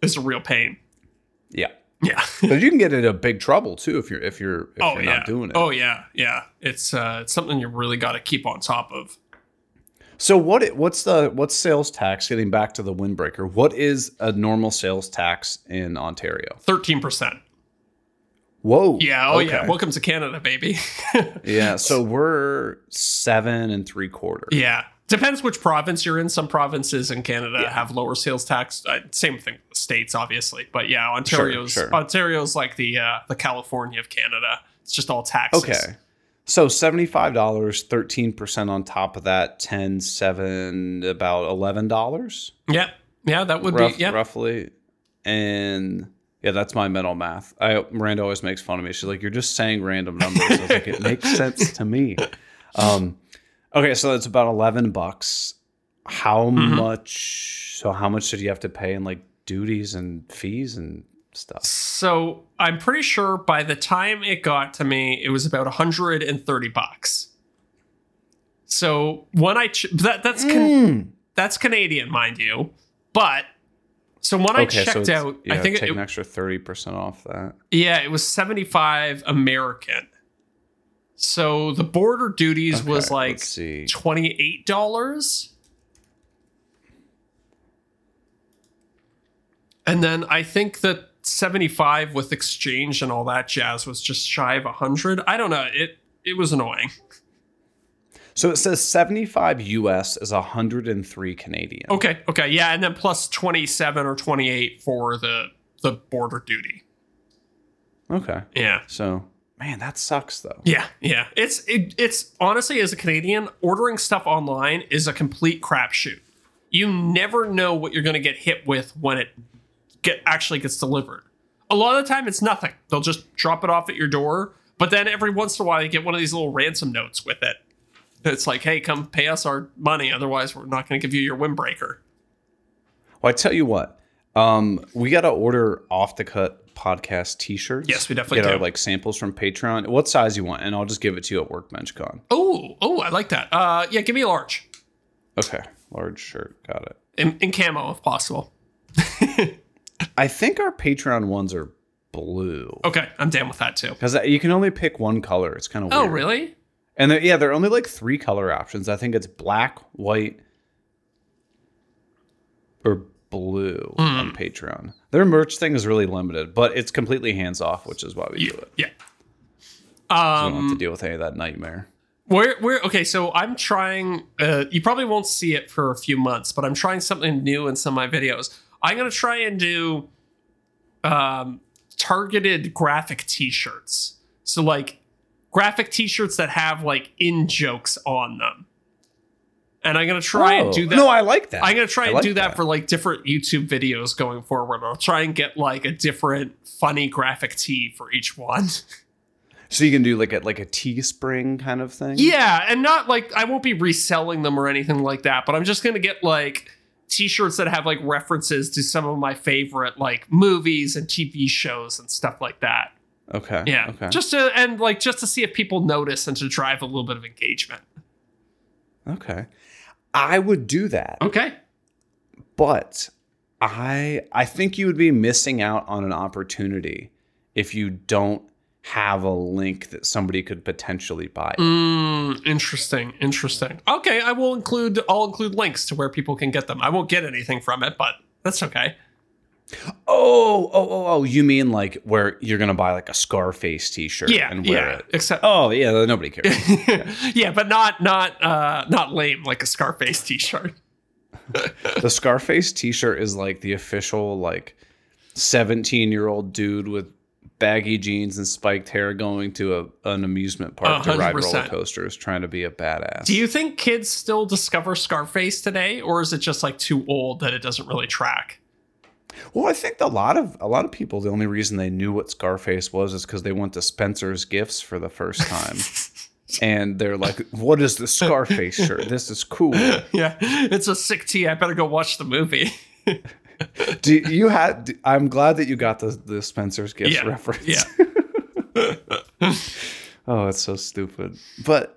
S2: is a real pain.
S1: Yeah.
S2: Yeah.
S1: But you can get into big trouble too if you're if you're if
S2: oh
S1: you're
S2: yeah.
S1: not doing it.
S2: Oh yeah, yeah. It's uh, it's something you really got to keep on top of.
S1: So what i- what's the what's sales tax getting back to the windbreaker? What is a normal sales tax in Ontario?
S2: Thirteen percent.
S1: Whoa.
S2: Yeah. Oh yeah.
S1: okay.
S2: Welcome to Canada, baby.
S1: Yeah, so we're seven and three quarters.
S2: yeah. Depends which province you're in. Some provinces in Canada have lower sales tax. Uh, same thing with the states, obviously. But yeah, Ontario's
S1: sure.
S2: Ontario's like the uh, the California of Canada. It's just all taxes.
S1: Okay. So $75, 13% on top of that, 10, 7, about $11
S2: Yeah. Yeah. That would
S1: rough,
S2: be. Yeah.
S1: roughly. And yeah, that's my mental math. I Miranda always makes fun of me. She's like, you're just saying random numbers. I was like, it makes sense to me. Um, okay, so that's about 11 bucks. How
S2: Mm-hmm.
S1: much? So how much did you have to pay in like duties and fees and stuff?
S2: So I'm pretty sure by the time it got to me, it was about 130 bucks. So when I ch- that that's can
S1: Mm.
S2: that's Canadian, mind you, but so when I
S1: Okay,
S2: checked
S1: so it's-
S2: out,
S1: yeah,
S2: I think
S1: take
S2: it,
S1: an extra 30% off that.
S2: yeah, it was 75 American. So the border duties was
S1: Okay,
S2: like
S1: let's see.
S2: twenty eight dollars. And then I think that seventy five with exchange and all that jazz was just shy of hundred. I don't know. It it was annoying.
S1: So it says 75 US is 103 Canadian.
S2: Okay, okay, yeah, and then plus twenty seven or twenty eight for the the border duty.
S1: Okay.
S2: Yeah.
S1: So, man, that sucks though.
S2: Yeah, yeah. It's it, it's honestly as a Canadian, ordering stuff online is a complete crapshoot. You never know what you're going to get hit with when it get actually gets delivered. A lot of the time, it's nothing. They'll just drop it off at your door. But then every once in a while, you get one of these little ransom notes with it. It's like, hey, come pay us our money, otherwise we're not going to give you your windbreaker.
S1: Well, I tell you what, um, we got to order off the cut podcast t shirts.
S2: Yes, we definitely
S1: Get our
S2: do.
S1: like samples from Patreon. What size you want? And I'll just give it to you at WorkbenchCon.
S2: Oh, oh, I like that. Uh, yeah, give me a large
S1: Okay. Large shirt. Got it.
S2: in, in camo if possible.
S1: I think our Patreon ones are blue
S2: Okay, I'm down with that too.
S1: because you can only pick one color. It's kind of
S2: Oh,
S1: weird.
S2: really?
S1: And there, yeah, there are only like three color options. I think it's black, white, or blue
S2: Hmm.
S1: on Patreon. Their merch thing is really limited, but it's completely hands off, which is why we do it.
S2: Yeah. um,
S1: We don't have to deal with any of that nightmare.
S2: We're, we're okay. So I'm trying. Uh, you probably won't see it for a few months, but I'm trying something new in some of my videos. I'm gonna try and do um, targeted graphic T-shirts. So like graphic T-shirts that have like in jokes on them, and I'm gonna try and do that.
S1: Oh. No, I like that.
S2: I'm gonna try
S1: I
S2: and
S1: like
S2: do that, for like different YouTube videos going forward. I'll try and get like a different funny graphic tee for each one.
S1: so you can do like a like a Teespring kind of thing.
S2: Yeah, and not like I won't be reselling them or anything like that, but I'm just gonna get like t-shirts that have like references to some of my favorite like movies and TV shows and stuff like that.
S1: Okay.
S2: Yeah.
S1: Okay.
S2: Just to and like just to see if people notice and to drive a little bit of engagement.
S1: okay. I would do that,
S2: Okay.
S1: but I I think you would be missing out on an opportunity if you don't have a link that somebody could potentially buy. it.
S2: Mm, interesting. Interesting. Okay, I will include I'll include links to where people can get them. I won't get anything from it, but that's okay.
S1: Oh, oh, oh, oh! You mean like where you're gonna buy like a Scarface T-shirt
S2: Yeah.
S1: and wear
S2: yeah.
S1: it?
S2: Except
S1: Oh yeah, nobody cares.
S2: yeah, but not not uh not lame like a Scarface t-shirt.
S1: the Scarface T-shirt is like the official like 17 year old dude with baggy jeans and spiked hair going to a, an amusement park to ride roller
S2: 100%.
S1: coasters, trying to be a badass.
S2: Do you think kids still discover Scarface today, or is it just like too old that it doesn't really track?
S1: Well, I think a lot of a lot of people the only reason they knew what Scarface was is because they went to Spencer's Gifts for the first time, and they're like, "What is the Scarface shirt? This is cool."
S2: Yeah, it's a sick tee. I better go watch the movie.
S1: Do you had? do- I'm glad that you got the the Spencer's Gifts
S2: yeah,
S1: reference.
S2: yeah.
S1: Oh, it's so stupid. But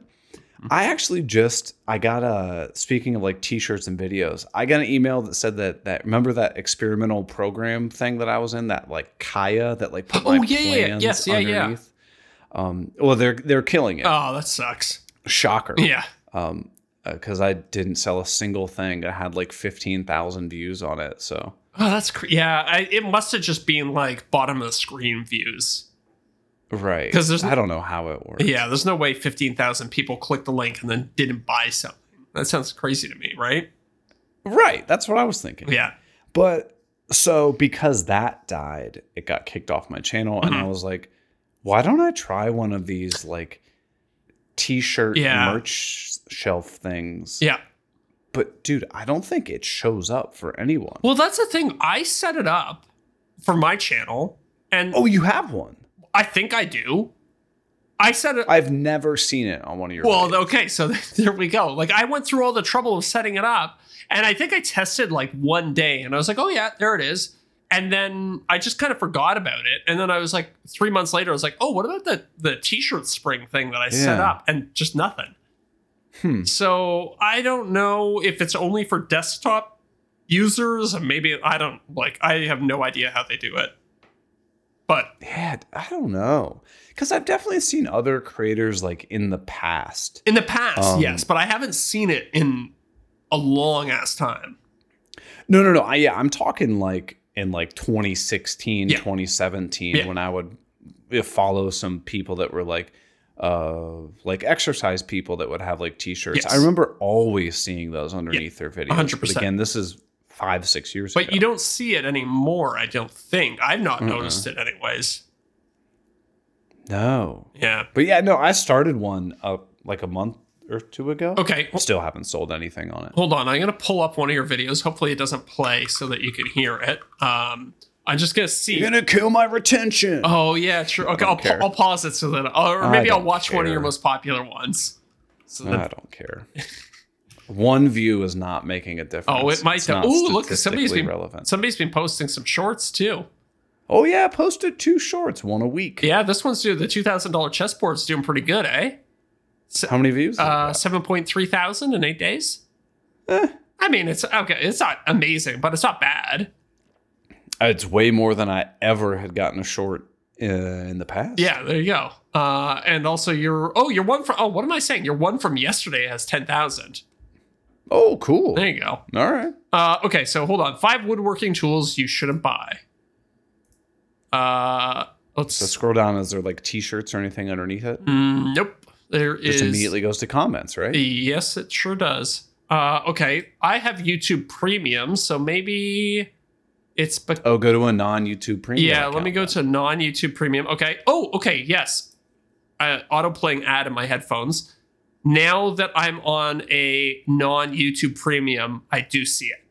S1: I actually just I got a speaking of like t-shirts and videos, I got an email that said that that remember that experimental program thing that I was in that like Kaya that like put
S2: Oh,
S1: my
S2: yeah, yeah, yeah.
S1: plans
S2: Yes, yeah, yeah.
S1: underneath. Um, well, they're they're killing it.
S2: Oh, that sucks.
S1: Shocker.
S2: Yeah.
S1: Um, because I didn't sell a single thing. I had like fifteen thousand views on it. So
S2: Oh, that's cr- yeah. I, it must have just been like bottom of the screen views.
S1: right,
S2: 'Cause there's-
S1: I don't know how it works.
S2: Yeah, there's no way fifteen thousand people clicked the link and then didn't buy something. That sounds crazy to me, right?
S1: Right, that's what I was thinking.
S2: Yeah.
S1: But so because that died, it got kicked off my channel, and
S2: Mm-hmm.
S1: I was like, why don't I try one of these like t-shirt
S2: Yeah.
S1: merch shelf things?
S2: Yeah.
S1: But dude, I don't think it shows up for anyone.
S2: Well, that's the thing. I set it up for my channel, and
S1: Oh, you have one.
S2: I think I do. I set it.
S1: I've never seen it on one of your.
S2: Well,
S1: videos.
S2: okay, so there we go. Like I went through all the trouble of setting it up, and I think I tested like one day, and I was like, "Oh yeah, there it is." And then I just kind of forgot about it, and then I was like, three months later, I was like, "Oh, what about the the t-shirt spring thing that I set
S1: Yeah.
S2: up?" And just nothing.
S1: Hmm.
S2: So I don't know if it's only for desktop users, and maybe I don't like. I have no idea how they do it, but
S1: yeah, I don't know, because I've definitely seen other creators like in the past.
S2: in the past,
S1: Um,
S2: yes, but I haven't seen it in a long ass time.
S1: No, no, no. I, yeah, I'm talking like in like 2016,
S2: Yeah.
S1: 2017
S2: Yeah.
S1: when I would uh, follow some people that were like uh like exercise people that would have like t-shirts.
S2: Yes.
S1: I remember always seeing those underneath their videos.
S2: 100%.
S1: But again, this is 5 6 years ago.
S2: But you don't see it anymore, I don't think. I've not
S1: Mm-mm.
S2: noticed it anyways.
S1: No.
S2: Yeah.
S1: But yeah, no, I started one up like a month or two ago.
S2: Okay. h-
S1: Still haven't sold anything on it.
S2: Hold on. I'm going to pull up one of your videos. Hopefully it doesn't play so that you can hear it. Um, I'm just going to see.
S1: You're going to kill my retention.
S2: oh, yeah, true. Okay.
S1: don't
S2: I'll, pa-
S1: care.
S2: I'll pause it so that, or
S1: I
S2: maybe I'll
S1: don't
S2: watch one of
S1: care.
S2: your
S1: Uh,
S2: most popular ones. So
S1: I
S2: that,
S1: don't care. One view is not making a difference.
S2: oh, it might.
S1: It's
S2: Not
S1: not
S2: Ooh, look, somebody's
S1: statistically
S2: been,
S1: relevant.
S2: somebody's been posting some shorts too.
S1: Oh yeah, I posted two shorts, one a week.
S2: Yeah, this one's doing the $2,000 chessboard's doing pretty good, eh?
S1: How many views? is
S2: Uh,
S1: that?
S2: 7.3 thousand in eight days.
S1: Eh.
S2: I mean, it's okay. It's not amazing, but it's not bad.
S1: it's way more than I ever had gotten a short uh, in the past.
S2: Yeah, there you go. Uh, and also, your oh, your one from oh, what am I saying? Your one from yesterday has ten thousand.
S1: Oh, cool.
S2: There you go.
S1: All right.
S2: Uh, okay, so hold on. Five woodworking tools you shouldn't buy. Uh, let's.
S1: So scroll down. Is there like T-shirts or anything underneath it?
S2: Mm, nope. There
S1: Just
S2: is.
S1: immediately goes to comments, right?
S2: Yes, it sure does. Uh, okay, I have YouTube Premium, so maybe it's because.
S1: Oh, go to a non-YouTube premium.
S2: Yeah, let
S1: account
S2: me go
S1: then.
S2: to non YouTube premium. Okay. Oh, okay. Yes. Uh, auto playing ad in my headphones. Now that I'm on a non YouTube premium, I do see it.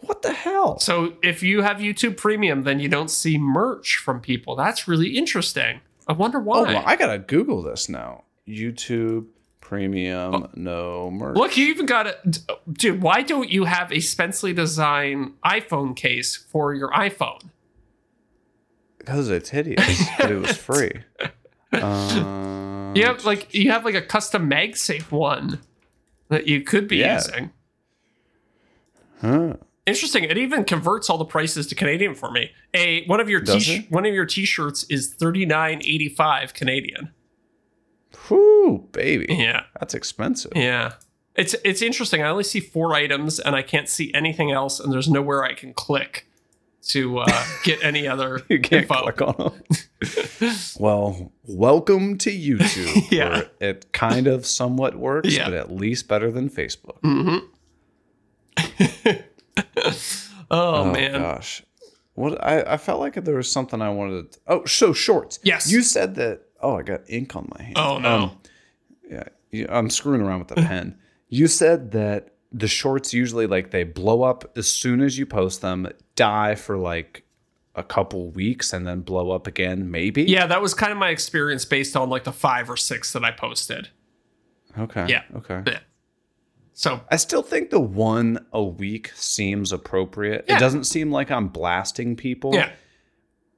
S1: What the hell?
S2: So if you have YouTube premium, then you don't see merch from people. That's really interesting. I wonder why.
S1: Oh, well, I gotta Google this now. YouTube premium,
S2: Oh.
S1: no merch.
S2: Look, you even got it. Dude, why don't you have a Spensley Design iPhone case for your iPhone?
S1: Because it's hideous, but it was free. Um,
S2: You have like you have like a custom MagSafe one that you could be
S1: Yeah.
S2: using.
S1: huh.
S2: Interesting. It even converts all the prices to Canadian for me. A one of your
S1: Does
S2: t
S1: it?
S2: one of your t-shirts is thirty nine eighty five Canadian.
S1: Whew, baby.
S2: Yeah,
S1: That's expensive.
S2: yeah. It's it's interesting. I only see four items, and I can't see anything else, and there's nowhere I can click to uh, get any other
S1: you can't
S2: info.
S1: click on them. well, welcome to YouTube.
S2: Yeah.
S1: where it kind of somewhat works,
S2: Yeah. Mm,
S1: but at least better than Facebook.
S2: hmm oh,
S1: Oh,
S2: man,
S1: gosh. What I, I felt like there was something I wanted. To, oh, so shorts.
S2: Yes.
S1: You said that. Oh, I got ink on my hand.
S2: Oh, no.
S1: Um, yeah, you- I'm screwing around with the pen. You said that the shorts usually like they blow up as soon as you post them, die for like a couple weeks, and then blow up again. Maybe.
S2: Yeah, that was kind of my experience based on like the five or six that I posted.
S1: Okay.
S2: Yeah.
S1: Okay.
S2: Yeah. So
S1: I still think the one a week seems appropriate.
S2: Yeah.
S1: It doesn't seem like I'm blasting people.
S2: yeah,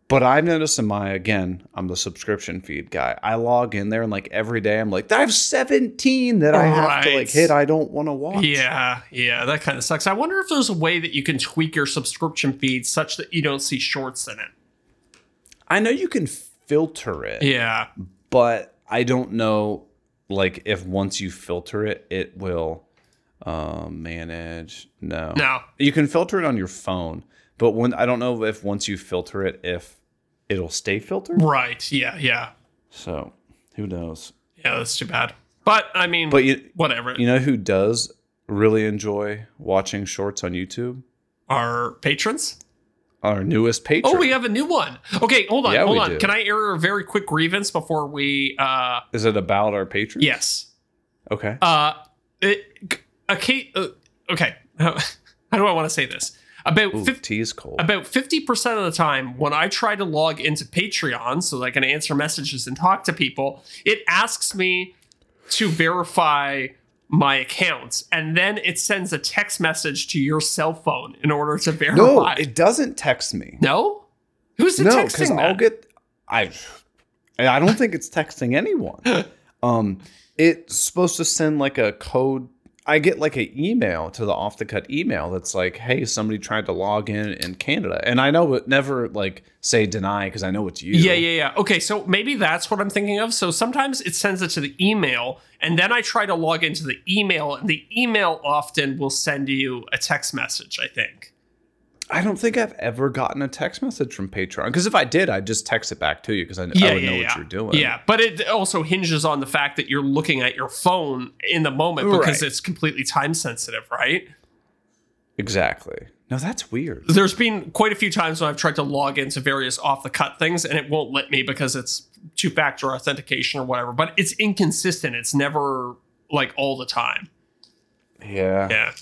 S1: But I've noticed in my again, I'm the subscription feed guy. I log in there and like every day I'm like, I have 17 that I have to like
S2: Right.
S1: hit. I don't want to watch.
S2: yeah, yeah. That kind of sucks. I wonder if there's a way that you can tweak your subscription feed such that you don't see shorts in it.
S1: I know you can filter it,
S2: Yeah,
S1: but I don't know like if once you filter it, it will um, manage. No.
S2: no,
S1: You can filter it on your phone, but when I don't know if once you filter it, if it'll stay filtered.
S2: right? Yeah, yeah,
S1: So who knows?
S2: yeah. That's too bad. But I mean,
S1: But you,
S2: whatever.
S1: you know who does really enjoy watching shorts on YouTube?
S2: Our patrons.
S1: Our newest patron.
S2: Oh, we have a new one. Okay, hold on,
S1: Yeah,
S2: hold
S1: we
S2: on.
S1: do.
S2: Can I air a very quick grievance before we? uh
S1: Is it about our patron?
S2: Yes.
S1: Okay.
S2: Uh, it, okay. Uh, okay. How, do I want to say this? About
S1: Ooh,
S2: fif-
S1: tea's cold.
S2: about 50% of the time when I try to log into Patreon so that I can answer messages and talk to people, it asks me to verify my account and then it sends a text message to your cell phone in order to verify.
S1: No, it doesn't text me.
S2: No? Who's the
S1: No, because
S2: texting
S1: I'll
S2: then?
S1: get. I. I don't think it's texting anyone. Um, it's supposed to send like a code. I get like an email to the off the cut email that's like, "Hey, somebody tried to log in in Canada," and I know it never like say deny because I know it's you.
S2: Yeah, yeah, yeah. Okay, so maybe that's what I'm thinking of. So sometimes it sends it to the email, and then I try to log into the email, and the email often will send you a text message, I think.
S1: I don't think I've ever gotten a text message from Patreon because if I did, I'd just text it back to you because I, I would know what you're doing.
S2: Yeah, but it also hinges on the fact that you're looking at your phone in the moment because
S1: Right.
S2: it's completely time sensitive, right?
S1: exactly. No, that's weird.
S2: There's been quite a few times when I've tried to log into various off the cut things and it won't let me because it's two factor authentication or whatever, but it's inconsistent. It's never like all the time.
S1: Yeah,
S2: Yeah.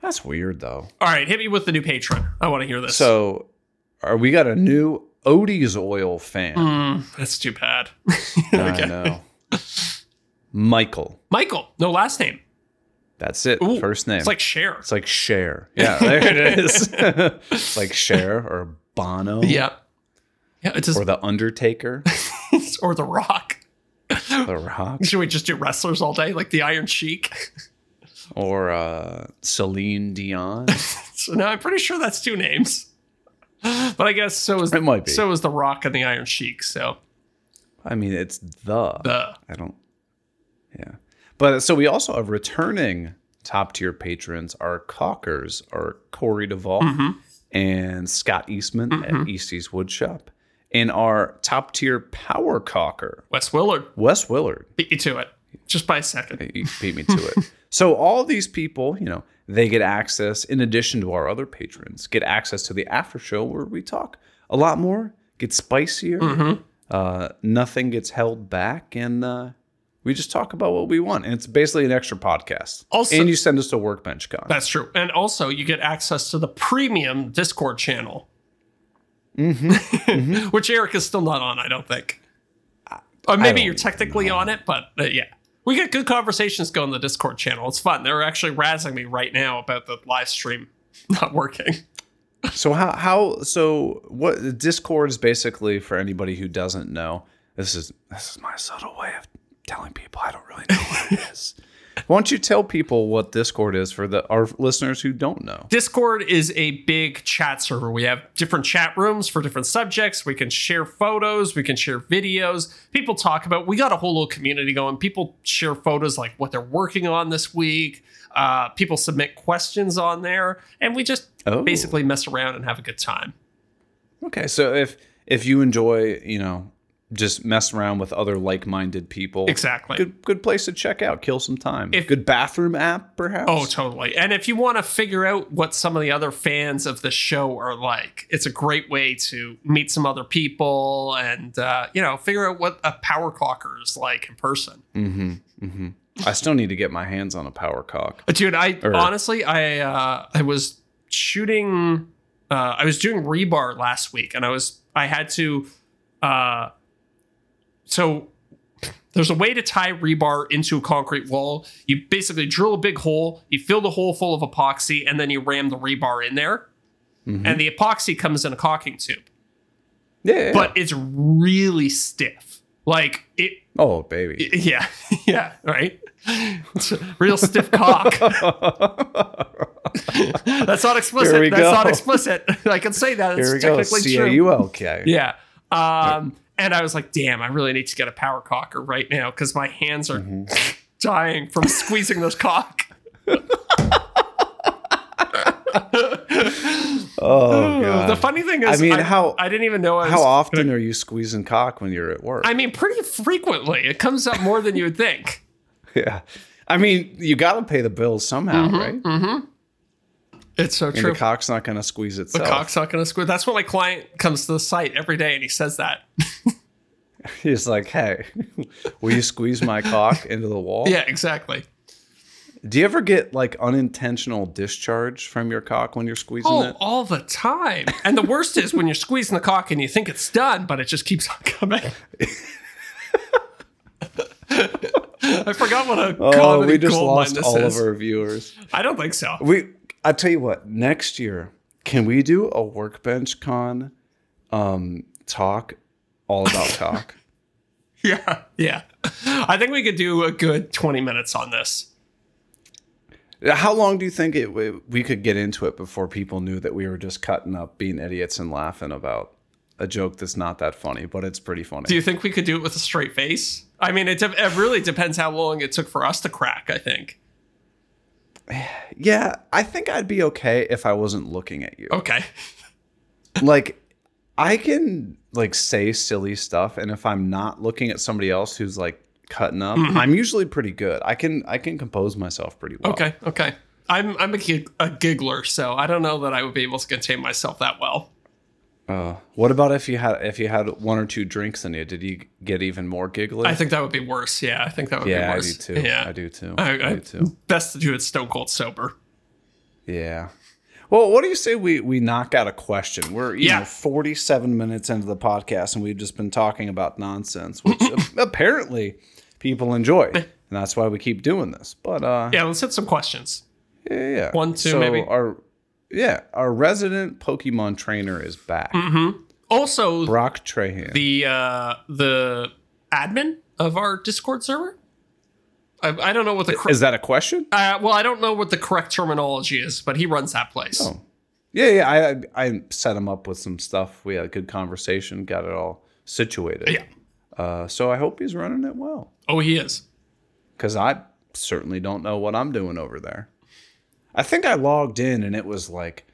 S1: that's weird though.
S2: All right, hit me with the new patron. I want to hear this.
S1: So, are we got a new Odie's oil fan?
S2: Mm, that's too bad.
S1: I know. Michael.
S2: Michael, no last name.
S1: That's it.
S2: Ooh,
S1: First name.
S2: It's like share.
S1: it's like share. Yeah, there it is. It's like share or Bono
S2: Yeah. Yeah, it's just
S1: or the Undertaker,
S2: or The Rock.
S1: the Rock,
S2: Should we just do wrestlers all day, like the Iron Sheik?
S1: or uh, Celine Dion.
S2: so now I'm pretty sure that's two names. But I guess so is
S1: It might be.
S2: so is the Rock and the Iron Sheik. So
S1: I mean, it's the.
S2: the
S1: I don't. Yeah, but so we also have returning top tier patrons are Cockers, are Corey Duvall, and Scott Eastman at Eastie's Woodshop, and our top tier power cocker
S2: Wes Willard
S1: Wes Willard.
S2: beat you to it just by a second.
S1: You beat me to it. so all these people, you know, they get access in addition to our other patrons, get access to the after show where we talk a lot more, get spicier. Uh, nothing gets held back, and uh, we just talk about what we want. And it's basically an extra podcast.
S2: Also-
S1: and you send us to Workbench Con.
S2: That's true. And also, you get access to the premium Discord channel,
S1: Mm-hmm.
S2: which Eric is still not on. I don't think. Uh, Or maybe
S1: don't
S2: you're technically on it, but uh, yeah, we got good conversations going on the Discord channel. It's fun. They're actually razzing me right now about the live stream not working.
S1: So how how so what Discord is basically for anybody who doesn't know. This is this is my subtle way of telling people I don't really know what it is. Why don't you tell people what Discord is for the our listeners who don't know?
S2: Discord is a big chat server. We have different chat rooms for different subjects. We can share photos, we can share videos. People talk about. We got a whole little community going. People share photos like what they're working on this week. Uh, people submit questions on there, and we just
S1: Oh.
S2: basically mess around and have a good time.
S1: Okay, so if if you enjoy, you know, just mess around with other like-minded people.
S2: Exactly.
S1: Good good place to check out. Kill some time.
S2: If-
S1: good bathroom app, perhaps.
S2: Oh, totally. And if you want to figure out what some of the other fans of the show are like, it's a great way to meet some other people and, uh, you know, figure out what a power cocker is like in person.
S1: mm-hmm. Mm-hmm. I still need to get my hands on a power cock.
S2: But dude, I
S1: Or-
S2: honestly, I uh, I was shooting, uh, I was doing rebar last week, and I was I had to, uh, so there's a way to tie rebar into a concrete wall. You basically drill a big hole, you fill the hole full of epoxy, and then you ram the rebar in there,
S1: Mhm.
S2: and the epoxy comes in a caulking tube,
S1: Yeah, yeah,
S2: but it's really stiff. Like it,
S1: yeah. oh baby.
S2: yeah, yeah, right. It's a real stiff cock. That's not explicit.
S1: Here we
S2: That's
S1: go.
S2: not explicit. I can say that. It's
S1: Here we go.
S2: technically
S1: C
S2: true.
S1: A U L K.
S2: Yeah. Um, and I was like, damn, I really need to get a power cocker right now because my hands are
S1: Mm-hmm.
S2: dying from squeezing this cock.
S1: Oh god.
S2: The funny thing is,
S1: I mean, how-
S2: I didn't even know I was.
S1: How often are you squeezing cock when you're at work?
S2: I mean, pretty frequently. It comes up more than you would think.
S1: yeah. I mean, you got to pay the bills somehow,
S2: Mm-hmm,
S1: right?
S2: It's so
S1: And the
S2: true.
S1: cock's not going to squeeze
S2: The
S1: itself.
S2: cock's not going to squeeze. That's what my client comes to the site every day and he says that.
S1: He's like, "Hey, will you squeeze my cock into the wall?"
S2: Yeah, exactly.
S1: Do you ever get like unintentional discharge from your cock when you're squeezing
S2: Oh,
S1: it?
S2: all the time. And the worst is when you're squeezing the cock and you think it's done, but it just keeps on coming. I forgot what a
S1: Oh,
S2: comedy
S1: we just
S2: gold mine
S1: lost
S2: this
S1: all
S2: is.
S1: of our viewers.
S2: I don't think so.
S1: We, I tell you what, next year can we do a workbench con um, talk all about cock?
S2: Yeah, yeah. I think we could do a good 20 minutes on this.
S1: How long do you think it we could get into it before people knew that we were just cutting up, being idiots, and laughing about a joke that's not that funny, but it's pretty funny?
S2: Do you think we could do it with a straight face? I mean, it, de- it really depends how long it took for us to crack, I think.
S1: yeah, I think I'd be okay if I wasn't looking at you.
S2: Okay.
S1: like I can like say silly stuff, and if I'm not looking at somebody else who's like cutting up,
S2: Mm-hmm.
S1: I'm usually pretty good. I can I can compose myself pretty well.
S2: Okay, okay. I'm, I'm a, gig- a giggler, so I don't know that I would be able to contain myself that well.
S1: Uh, what about if you had if you had one or two drinks in you? Did you get even more giggly?
S2: I think that would be worse. Yeah, I think that would
S1: yeah, I
S2: be
S1: do
S2: worse.
S1: too.
S2: Yeah,
S1: I do too.
S2: I-
S1: I,
S2: I-
S1: do too.
S2: Best to do it stone cold sober.
S1: Yeah. Well, what do you say we we knock out a question? We're you
S2: Yeah.
S1: know 47 minutes into the podcast, and we've just been talking about nonsense, which a- apparently people enjoy, and that's why we keep doing this. But uh,
S2: Yeah, let's hit some questions.
S1: Yeah, yeah, yeah.
S2: One, two, maybe?
S1: Our yeah, our resident Pokemon trainer is back.
S2: Also,
S1: Brock Trahan.
S2: Mm-hmm. the uh, the admin of our Discord server. I, I don't know what the cor-
S1: is that a question?
S2: uh, well, I don't know what the correct terminology is, but he runs that place.
S1: Oh. Yeah, yeah. I I- I set him up with some stuff. We had a good conversation. Got it all situated.
S2: Yeah.
S1: Uh, so I hope he's running it well,
S2: Oh, he is.
S1: because I certainly don't know what I'm doing over there. I think I logged in and it was like,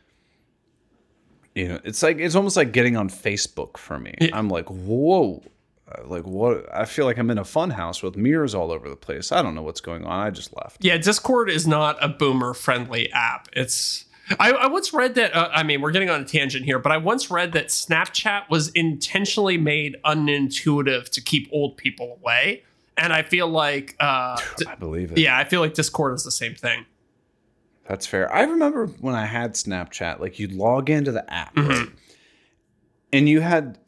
S1: you know, it's like it's almost like getting on Facebook for me.
S2: Yeah.
S1: I'm like, whoa, Uh, like what? I feel like I'm in a fun house with mirrors all over the place. I don't know what's going on. I just left.
S2: Yeah, Discord is not a boomer friendly app. It's I, I once read that. Uh, I mean, we're getting on a tangent here, but I once read that Snapchat was intentionally made unintuitive to keep old people away, and I feel like, uh, d-
S1: I believe it.
S2: yeah, I feel like Discord is the same thing.
S1: That's fair. I remember when I had Snapchat, like you'd log into the app right?
S2: Mm-hmm.
S1: and you had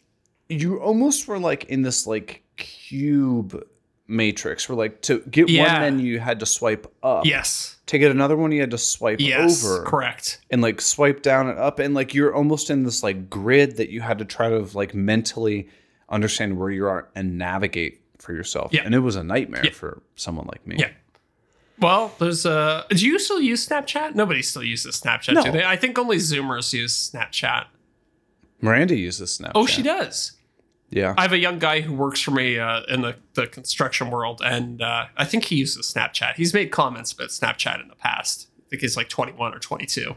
S1: you almost were like in this like cube matrix where like to get
S2: Yeah.
S1: one menu you had to swipe up.
S2: Yes,
S1: To get another one you had to swipe
S2: yes,
S1: over
S2: correct.
S1: and like swipe down and up and like you're almost in this like grid that you had to try to like mentally understand where you are and navigate for yourself.
S2: Yeah.
S1: And it was a nightmare for someone like me.
S2: Yeah. Well, there's uh Do you still use Snapchat? Nobody still uses Snapchat, do
S1: No.
S2: they? I think only Zoomers use Snapchat.
S1: Miranda uses Snapchat.
S2: Oh, she does.
S1: Yeah.
S2: I have a young guy who works for me uh, in the, the construction world, and uh, I think he uses Snapchat. He's made comments about Snapchat in the past. I think he's like 21 or 22.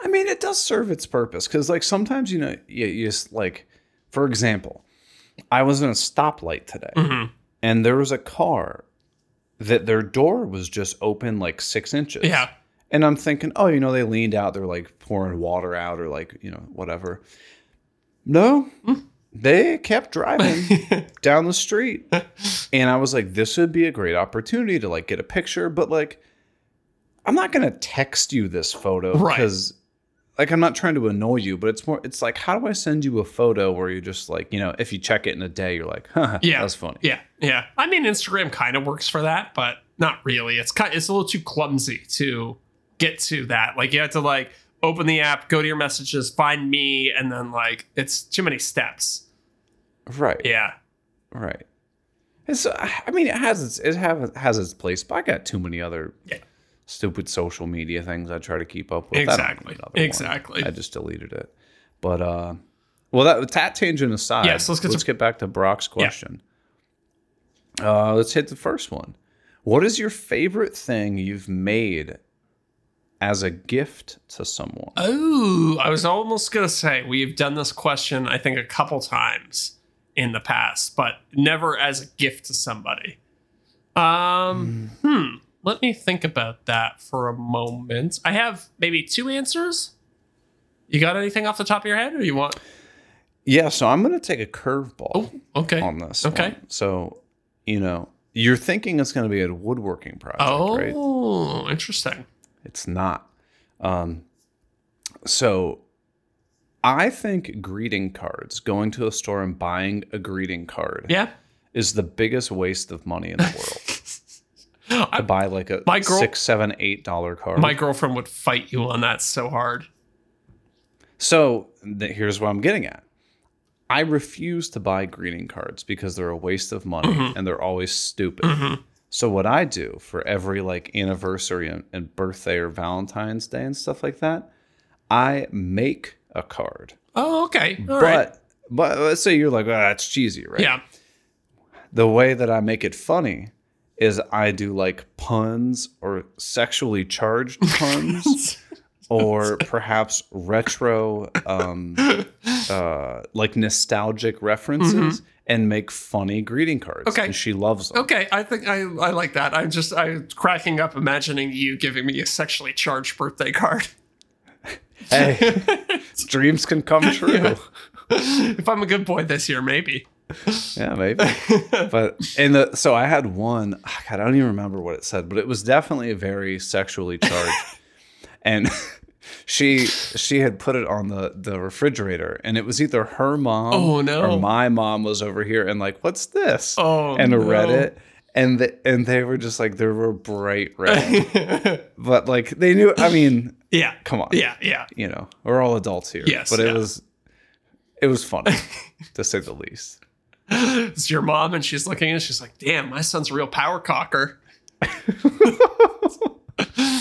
S1: I mean, it does serve its purpose because, like, sometimes you know, you, you just like, for example, I was in a stoplight today, and there was a car that their door was just open like six inches.
S2: Yeah.
S1: And I'm thinking, oh, you know, they leaned out, they're like pouring water out or like, you know, whatever. No, they kept driving down the street. And I was like, this would be a great opportunity to like get a picture, but like, I'm not going to text you this photo
S2: Right.
S1: because like I'm not trying to annoy you, but it's more it's like how do I send you a photo where you're just like, you know, if you check it in a day, you're like, huh,
S2: Yeah.
S1: that was funny.
S2: Yeah, yeah. I mean, Instagram kind of works for that, but not really. It's kind. It's a little too clumsy to get to that. Like you have to like open the app, go to your messages, find me, and then like it's too many steps.
S1: Right.
S2: Yeah,
S1: Right. It's I mean it has its it have has its place, but I got too many other
S2: Yeah.
S1: stupid social media things I try to keep up with. I don't
S2: Exactly.
S1: need another one.
S2: Exactly.
S1: I just deleted it. But uh well that that tangent aside,
S2: Yes, let's get to-
S1: back to Brock's question. Uh let's hit the first one. What is your favorite thing you've made as a gift to someone?
S2: Oh, I was almost going to say we've done this question, I think, a couple times in the past, but never as a gift to somebody. Um, hmm. Let me think about that for a moment. I have maybe two answers. You got anything off the top of your head, or you want?
S1: Yeah, so I'm gonna take a curveball.
S2: Oh, okay.
S1: on this.
S2: Okay.
S1: one. So, you know, you're thinking it's going to be a woodworking project, right?
S2: oh, interesting.
S1: It's not. Um, so, I think greeting cards, going to a store and buying a greeting card,
S2: Yeah.
S1: is the biggest waste of money in the world. to
S2: I,
S1: buy like a
S2: My girl-
S1: six, seven, eight dollar card.
S2: my girlfriend would fight you on that so hard.
S1: So th- here's what I'm getting at. I refuse to buy greeting cards because they're a waste of money
S2: Mm-hmm.
S1: and they're always stupid. So what I do for every like anniversary and, and birthday or Valentine's Day and stuff like that, I make a card.
S2: Oh, okay. All right.
S1: but but let's say you're like, oh, that's cheesy, right?
S2: Yeah.
S1: The way that I make it funny is I do like puns or sexually charged puns or perhaps retro um uh like nostalgic references and make funny greeting cards.
S2: Mm-hmm. Okay. Oh.
S1: And she loves them.
S2: Okay, I think I, I like that. I'm just I'm cracking up imagining you giving me a sexually charged birthday card.
S1: Hey, dreams can come true. Yeah,
S2: if I'm a good boy this year, maybe.
S1: maybe. But and the so I had one ah, God, I don't even remember what it said, but it was definitely very sexually charged. and she she had put it on the the refrigerator and it was either her mom
S2: Oh, no.
S1: or my mom was over here and like, what's this?
S2: Oh,
S1: and
S2: no.
S1: read it. And, the, and they were just like they were bright red, but like they knew. I mean,
S2: Yeah.
S1: come on,
S2: Yeah, yeah.
S1: you know, we're all adults here.
S2: Yes,
S1: but it
S2: yeah.
S1: was, it was funny, to say the least.
S2: It's your mom and she's looking and she's like, damn, my son's a real power cocker.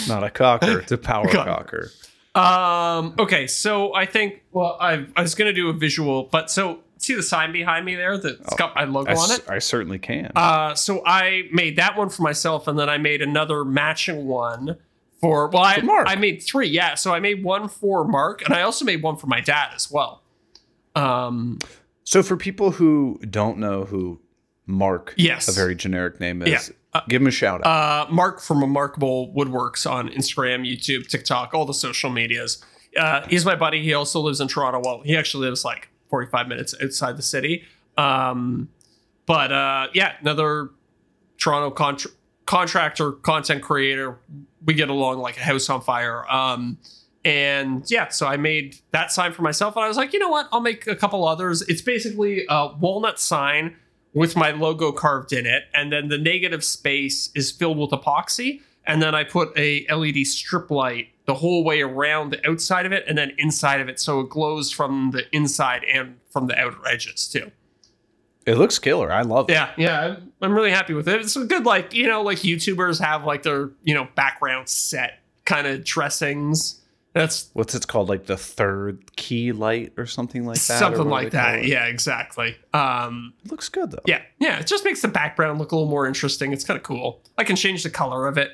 S1: Not a cocker, it's a power cocker.
S2: Um, okay, so I think well, I I was gonna do a visual, but so see the sign behind me there that's got my logo
S1: Oh, I,
S2: on
S1: s-
S2: it?
S1: I certainly can.
S2: Uh, so I made that one for myself, and then I made another matching one for well, I,
S1: For Mark.
S2: I made three. Yeah, so I made one for Mark, and I also made one for my dad as well. Um,
S1: so for people who don't know who Mark,
S2: Yes.
S1: a very generic name is,
S2: Yeah.
S1: give him a shout out.
S2: uh, Mark from Remarkable Woodworks on Instagram, YouTube, TikTok, all the social medias. Uh, he's my buddy. He also lives in Toronto. Well, he actually lives like 45 minutes outside the city. Um, but uh, yeah, another Toronto contra- contractor, content creator. We get along like a house on fire. Um, and yeah, so I made that sign for myself, and I was like, you know what? I'll make a couple others. It's basically a walnut sign with my logo carved in it, and then the negative space is filled with epoxy, and then I put a LED strip light the whole way around the outside of it, and then inside of it, so it glows from the inside and from the outer edges too.
S1: it looks killer. I love it.
S2: Yeah, yeah, I'm, I'm really happy with it. It's a good, like you know, like YouTubers have like their you know background set kind of dressings. That's
S1: What's it called? Like the third key light or something like that. or
S2: something
S1: what do
S2: like
S1: they call
S2: that.
S1: it?
S2: Yeah, exactly. Um,
S1: It looks good though.
S2: yeah, yeah. It just makes the background look a little more interesting. It's kind of cool. I can change the color of it.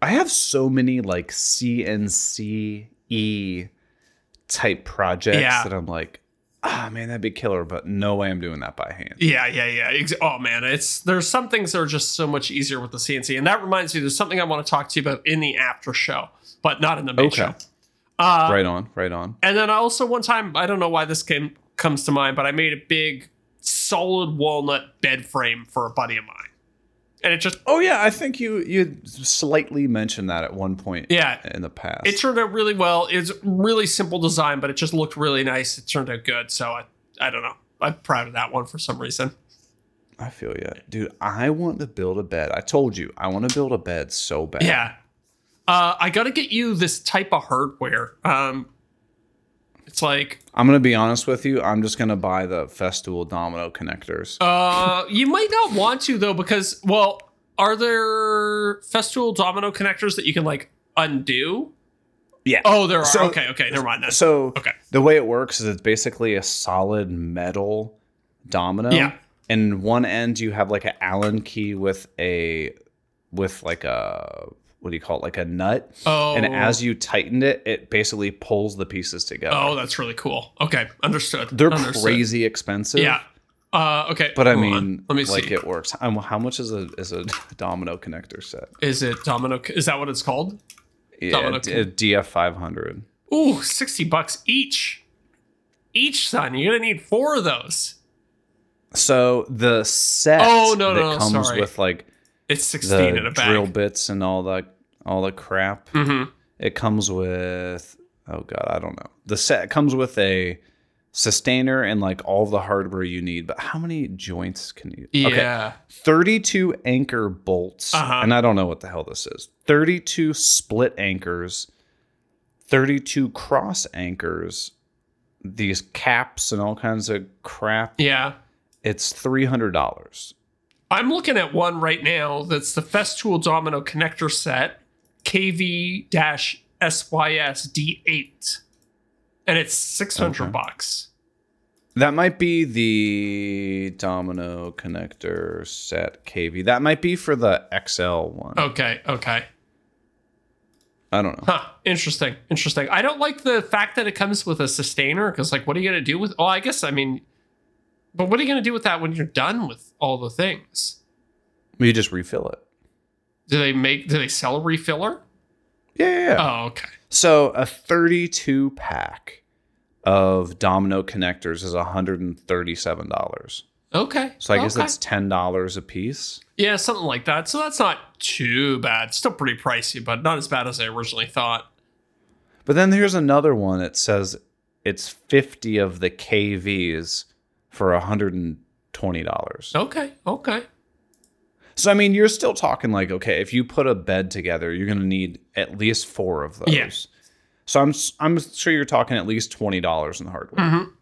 S1: I have so many like CNCE E type projects
S2: Yeah.
S1: that I'm like, ah, man, that'd be killer, but no way I'm doing that by hand.
S2: Yeah, yeah, yeah. Ex- Oh man, it's there's some things that are just so much easier with the CNC, and that reminds me, there's something I want to talk to you about in the after show, but not in the main
S1: Okay.
S2: show. Uh,
S1: right on, right on.
S2: And then I also one time, I don't know why this came comes to mind, but I made a big solid walnut bed frame for a buddy of mine. And it just
S1: Oh yeah, I think you you slightly mentioned that at one point
S2: yeah,
S1: in the past.
S2: it turned out really well. It's really simple design, but it just looked really nice. It turned out good. So I I don't know. I'm proud of that one for some reason.
S1: I feel you, dude. I want to build a bed. I told you, I want to build a bed so bad.
S2: Yeah. Uh, I got to get you this type of hardware. Um, it's like
S1: I'm gonna be honest with you. I'm just gonna buy the Festool Domino connectors.
S2: Uh, you might not want to though, because well, are there Festool domino connectors that you can like undo?
S1: yeah.
S2: Oh, there are.
S1: So-
S2: okay, okay, never mind that.
S1: So
S2: Okay.
S1: the way it works is it's basically a solid metal domino.
S2: Yeah.
S1: And one end you have like an Allen key with a with like a what do you call it? Like a nut.
S2: Oh,
S1: And as you tighten it, it basically pulls the pieces together.
S2: oh, that's really cool. Okay, understood.
S1: They're
S2: understood.
S1: crazy expensive.
S2: Yeah. Uh, okay.
S1: But I
S2: hold
S1: mean,
S2: on. let me
S1: like
S2: see.
S1: it works. Um, how much is a is a domino connector set?
S2: Is it domino? Is that what it's called?
S1: Yeah,
S2: Domino
S1: d- a DF five hundred.
S2: Ooh, sixty bucks each. Each son, you're gonna need four of those.
S1: So the set
S2: Oh, no,
S1: that
S2: no, no,
S1: comes
S2: sorry.
S1: with like
S2: It's sixteen in
S1: the
S2: a bag.
S1: drill bits and all that all the crap.
S2: hmm
S1: It comes with oh god, I don't know. The set comes with a sustainer and like all the hardware you need. But how many joints can you?
S2: Yeah.
S1: 32 anchor bolts,
S2: Uh-huh.
S1: and I don't know what the hell this is. 32 split anchors, 32 cross anchors, these caps and all kinds of crap.
S2: Yeah.
S1: It's three hundred dollars.
S2: I'm looking at one right now that's the Festool Domino connector set KV SYS D8. And it's 600
S1: Okay.
S2: bucks.
S1: That might be the domino connector set KV. That might be for the XL one.
S2: Okay, okay.
S1: I don't know.
S2: Huh. Interesting. Interesting. I don't like the fact that it comes with a sustainer because, like, what are you going to do with? Oh, I guess, I mean, but what are you going to do with that when you're done with all the things?
S1: You just refill it.
S2: Do they make, do they sell a refiller?
S1: Yeah, yeah, yeah.
S2: Oh, okay.
S1: So a 32 pack of domino connectors is $137.
S2: Okay.
S1: So I guess
S2: okay.
S1: that's $10 a piece.
S2: Yeah, something like that. So that's not too bad. Still pretty pricey, but not as bad as I originally thought.
S1: But then here's another one that says it's 50 of the KVs for $120.
S2: Okay, okay.
S1: So I mean, you're still talking like, okay, if you put a bed together, you're gonna need at least four of those.
S2: Yeah.
S1: So I'm s- I'm sure you're talking at least twenty dollars in hardware.
S2: Mhm.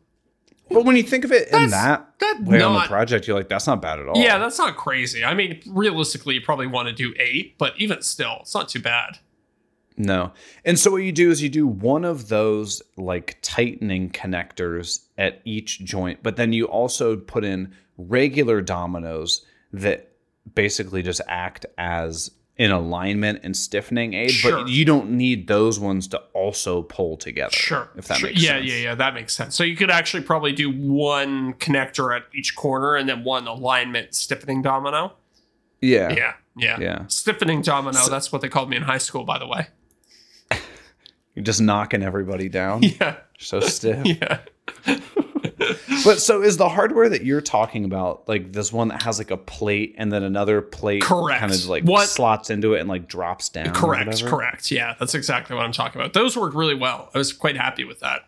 S1: But when you think of it in
S2: That's-
S1: that
S2: that's
S1: way on the
S2: not-
S1: project, you're like, that's not bad at all.
S2: Yeah, that's not crazy. I mean, realistically, you probably want to do eight, but even still, it's not too bad.
S1: No. And so what you do is you do one of those like tightening connectors at each joint, but then you also put in regular dominoes that basically just act as an alignment and stiffening aid,
S2: Sure.
S1: but you don't need those ones to also pull together.
S2: Sure.
S1: If that
S2: sure.
S1: makes
S2: yeah,
S1: sense.
S2: Yeah, yeah, That makes sense. So you could actually probably do one connector at each corner and then one alignment stiffening domino.
S1: Yeah.
S2: Yeah, yeah.
S1: Yeah.
S2: Stiffening domino. that's what they called me in high school, by the way.
S1: You're just knocking everybody down.
S2: Yeah,
S1: So stiff.
S2: yeah.
S1: But so is the hardware that you're talking about like this one that has like a plate and then another plate
S2: Correct.
S1: kind of like
S2: What-
S1: slots into it and like drops down. or
S2: Correct,
S1: Um, whatever?
S2: correct. Yeah, that's exactly what I'm talking about. Those work really well. I was quite happy with that.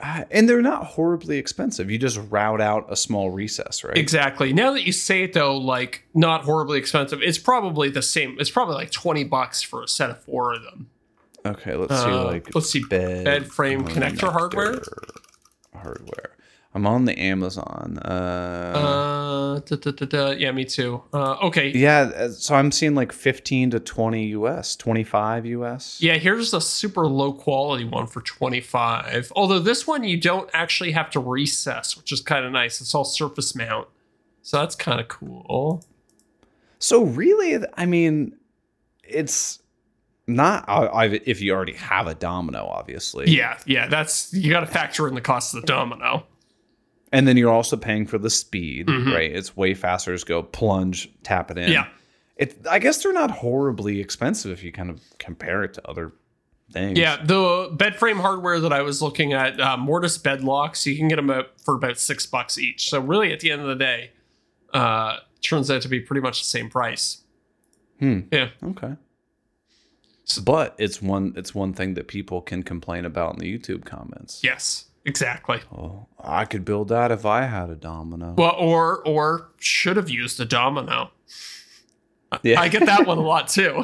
S1: Ah, and they're not horribly expensive. You just route out a small recess, right?
S2: Exactly. Now that you say it though, like not horribly expensive. It's probably the same. It's probably like 20 bucks for a set of four of them.
S1: okay, let's see
S2: Uh,
S1: like
S2: let's see, bed frame connector hardware?
S1: Hardware. I'm on the Amazon. Uh,
S2: Uh, da, da, da, da. yeah, me too. Uh, okay.
S1: yeah, uh, so I'm seeing like 15 to 20 US, 25 US.
S2: Yeah, here's a super low quality one for 25. Although this one you don't actually have to recess, which is kind of nice. It's all surface mount. So that's kind of cool.
S1: So really, I mean, it's Not I, I, if you already have a domino, obviously.
S2: Yeah, yeah, that's you got to factor in the cost of the domino.
S1: And then you're also paying for the speed, right? It's way faster. Just go plunge, tap it in.
S2: Mm-hmm. Yeah.
S1: It, I guess they're not horribly expensive if you kind of compare it to other things.
S2: Yeah, the bed frame hardware that I was looking at, uh, Mortis bed locks, you can get them at, for about six bucks each. So really, at the end of the day, uh, turns out to be pretty much the same price.
S1: Hmm.
S2: Yeah.
S1: Okay. But it's one it's one thing that people can complain about in the YouTube comments.
S2: Yes. Exactly.
S1: Oh, I could build that if I had a domino.
S2: Well, or or should have used a domino.
S1: yeah.
S2: I get that one a lot too.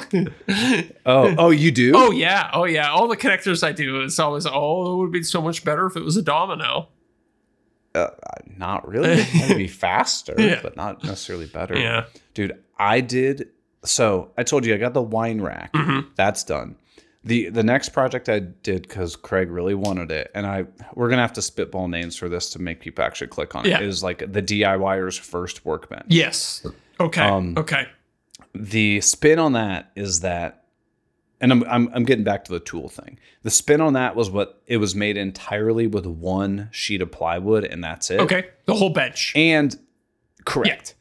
S1: oh, oh, you do?
S2: oh yeah, oh yeah. All the connectors I do is always oh, it would be so much better if it was a domino.
S1: Not really. That'd be faster,
S2: Yeah.
S1: but not necessarily better.
S2: Yeah.
S1: Dude, I did so I told you I got the wine rack.
S2: Mm-hmm.
S1: That's done. The the next project I did because Craig really wanted it, and I we're gonna have to spitball names for this to make people actually click on it.
S2: Yeah.
S1: Is like the DIYer's first workbench.
S2: Yes. Okay.
S1: Um,
S2: okay.
S1: the spin on that is that and I'm, I'm I'm getting back to the tool thing. The spin on that was what it was made entirely with one sheet of plywood and that's it.
S2: Okay. The whole bench.
S1: And correct.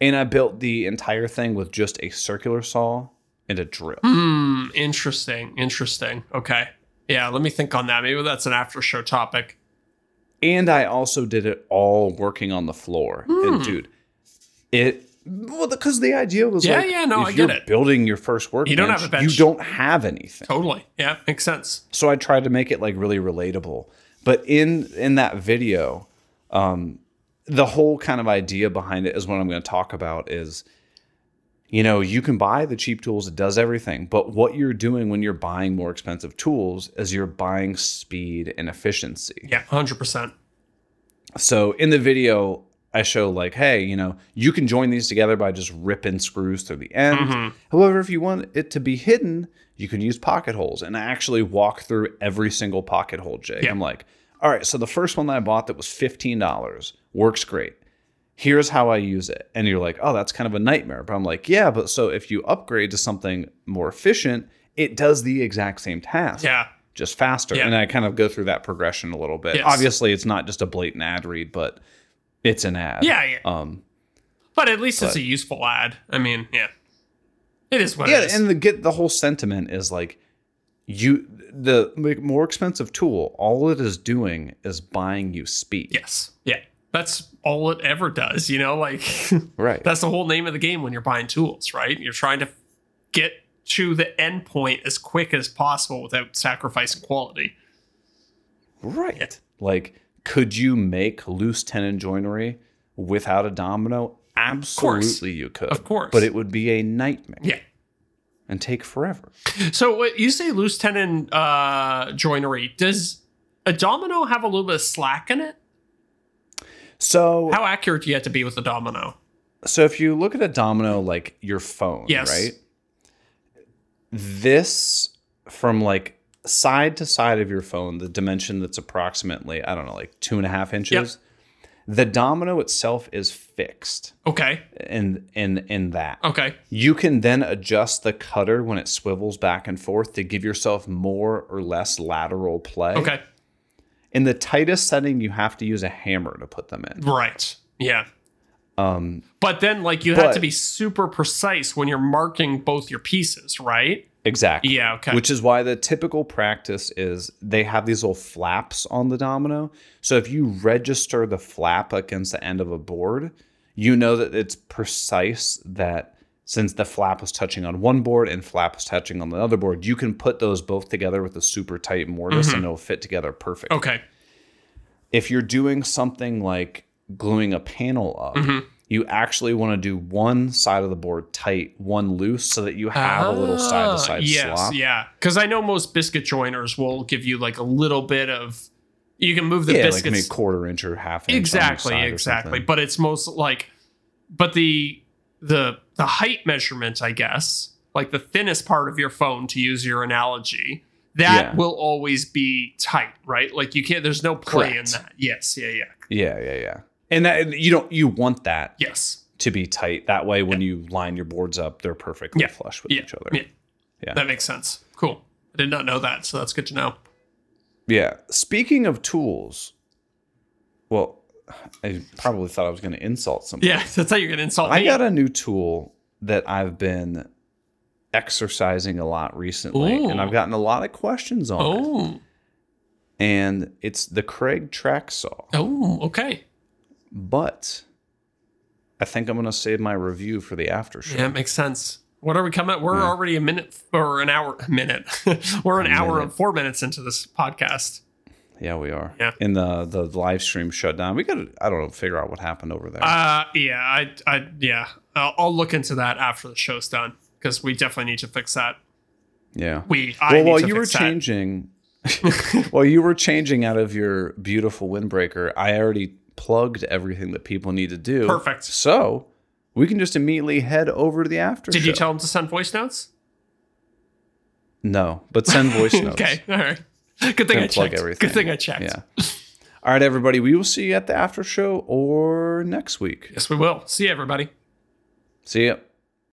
S1: And I built the entire thing with just a circular saw and a drill.
S2: Hmm. Interesting. Interesting. Okay. Yeah. Let me think on that. Maybe that's an after show topic.
S1: And I also did it all working on the floor.
S2: Mm.
S1: And dude, it well because the idea was
S2: Yeah,
S1: like
S2: yeah, no,
S1: if
S2: I
S1: you're
S2: get it.
S1: building your first work,
S2: don't have a bench.
S1: You don't have anything.
S2: Totally. Yeah. Makes sense.
S1: so I tried to make it like really relatable. But in in that video, um, the whole kind of idea behind it is what I'm going to talk about is, you know, you can buy the cheap tools; it does everything. But what you're doing when you're buying more expensive tools is you're buying speed and efficiency.
S2: Yeah. Hundred percent.
S1: So in the video, I show like, hey, you know, you can join these together by just ripping screws through the end. However, if you want it to be hidden, you can use pocket holes. And I actually walk through every single pocket hole, Jake.
S2: Yeah.
S1: I'm like, all right, so the first one that I bought that was $15 works great. Here's how I use it. And you're like, oh, that's kind of a nightmare. But I'm like, yeah, but so if you upgrade to something more efficient, it does the exact same task
S2: Yeah.
S1: just faster.
S2: Yeah.
S1: And I kind of go through that progression a little bit.
S2: Yes.
S1: Obviously, it's not just a blatant ad read, but it's an ad.
S2: Yeah. Yeah.
S1: Um.
S2: But at least it's a useful ad. I mean, yeah. It is what
S1: Yeah,
S2: it is.
S1: and the get the whole sentiment is like you the like, more expensive tool. All it is doing is buying you speed.
S2: yes. Yeah. That's all it ever does, you know, like
S1: Right.
S2: that's the whole name of the game when you're buying tools, right? You're trying to get to the end point as quick as possible without sacrificing quality.
S1: right. Like, could you make loose tenon joinery without a domino? Absolutely, you could.
S2: Of course.
S1: But it would be a nightmare
S2: Yeah.
S1: and take forever.
S2: So what you say loose tenon uh joinery, does a domino have a little bit of slack in it?
S1: So
S2: How accurate do you have to be with a domino?
S1: So if you look at a domino like your phone,
S2: Yes.
S1: right? This from like side to side of your phone, the dimension that's approximately, I don't know, like two and a half inches. The domino itself is fixed
S2: Okay.
S1: in in in that.
S2: Okay.
S1: You can then adjust the cutter when it swivels back and forth to give yourself more or less lateral play.
S2: Okay.
S1: In the tightest setting, you have to use a hammer to put them in.
S2: Right. Yeah.
S1: Um,
S2: But then, like, you have
S1: But-
S2: to be super precise when you're marking both your pieces, right?
S1: Exactly.
S2: Yeah, okay.
S1: Which is why the typical practice is they have these little flaps on the domino. So if you register the flap against the end of a board, you know that it's precise that since the flap was touching on one board and flap was touching on the other board, you can put those both together with a super tight mortise and it'll fit together perfect.
S2: Mm-hmm. Okay.
S1: If you're doing something like gluing a panel up,
S2: Mm-hmm.
S1: you actually want to do one side of the board tight, one loose, so that you have a little side to
S2: Ah,
S1: side
S2: yes,
S1: slop.
S2: yeah. Because I know most biscuit joiners will give you like a little bit of. You can move the
S1: yeah, like maybe
S2: biscuits
S1: quarter inch or half inch.
S2: exactly,
S1: on each side or
S2: exactly.
S1: something.
S2: But it's most like, but the the the height measurement, I guess, like the thinnest part of your phone, to use your analogy, that
S1: Yeah.
S2: will always be tight, right? Like you can't. There's no play
S1: Correct.
S2: in that. Yes. Yeah. Yeah.
S1: yeah, yeah, yeah. And that and you don't you want that
S2: Yes.
S1: to be tight. That way, when you line your boards up, they're perfectly
S2: Yeah.
S1: flush with
S2: Yeah.
S1: each other.
S2: Yeah.
S1: Yeah.
S2: That makes sense. Cool. I did not know that, so that's good to know.
S1: Yeah. Speaking of tools, well, I probably thought I was going to insult somebody.
S2: Yeah, that's how you're gonna insult
S1: I
S2: me.
S1: got a new tool that I've been exercising a lot recently, and I've
S2: Ooh.
S1: gotten a lot of questions on it.
S2: oh,
S1: And it's the Craig track saw.
S2: oh, okay.
S1: But I think I'm going to save my review for the after show.
S2: Yeah, it makes sense. What are we coming? We're already a minute or an hour. A minute. We're an hour and four minutes into this podcast.
S1: Yeah, we are.
S2: Yeah.
S1: And the the live stream shut down. We got to, I don't know, figure out what happened over there.
S2: Uh, yeah, I, I, yeah, I'll, I'll look into that after the show's done because we definitely need to fix that.
S1: yeah.
S2: We, I
S1: well,
S2: need
S1: while
S2: to
S1: you were
S2: fix that.
S1: changing, while you were changing out of your beautiful windbreaker, I already plugged everything that people need to do.
S2: Perfect.
S1: So we can just immediately head over to the after.
S2: Did
S1: show.
S2: you tell him to send voice notes?
S1: No, but send voice notes.
S2: Okay, all right. Good thing
S1: Gonna
S2: I
S1: plug
S2: checked.
S1: everything.
S2: Good thing I checked.
S1: Yeah. All right, everybody. We will see you at the after show or next week.
S2: Yes, we will. See you, everybody.
S1: See ya.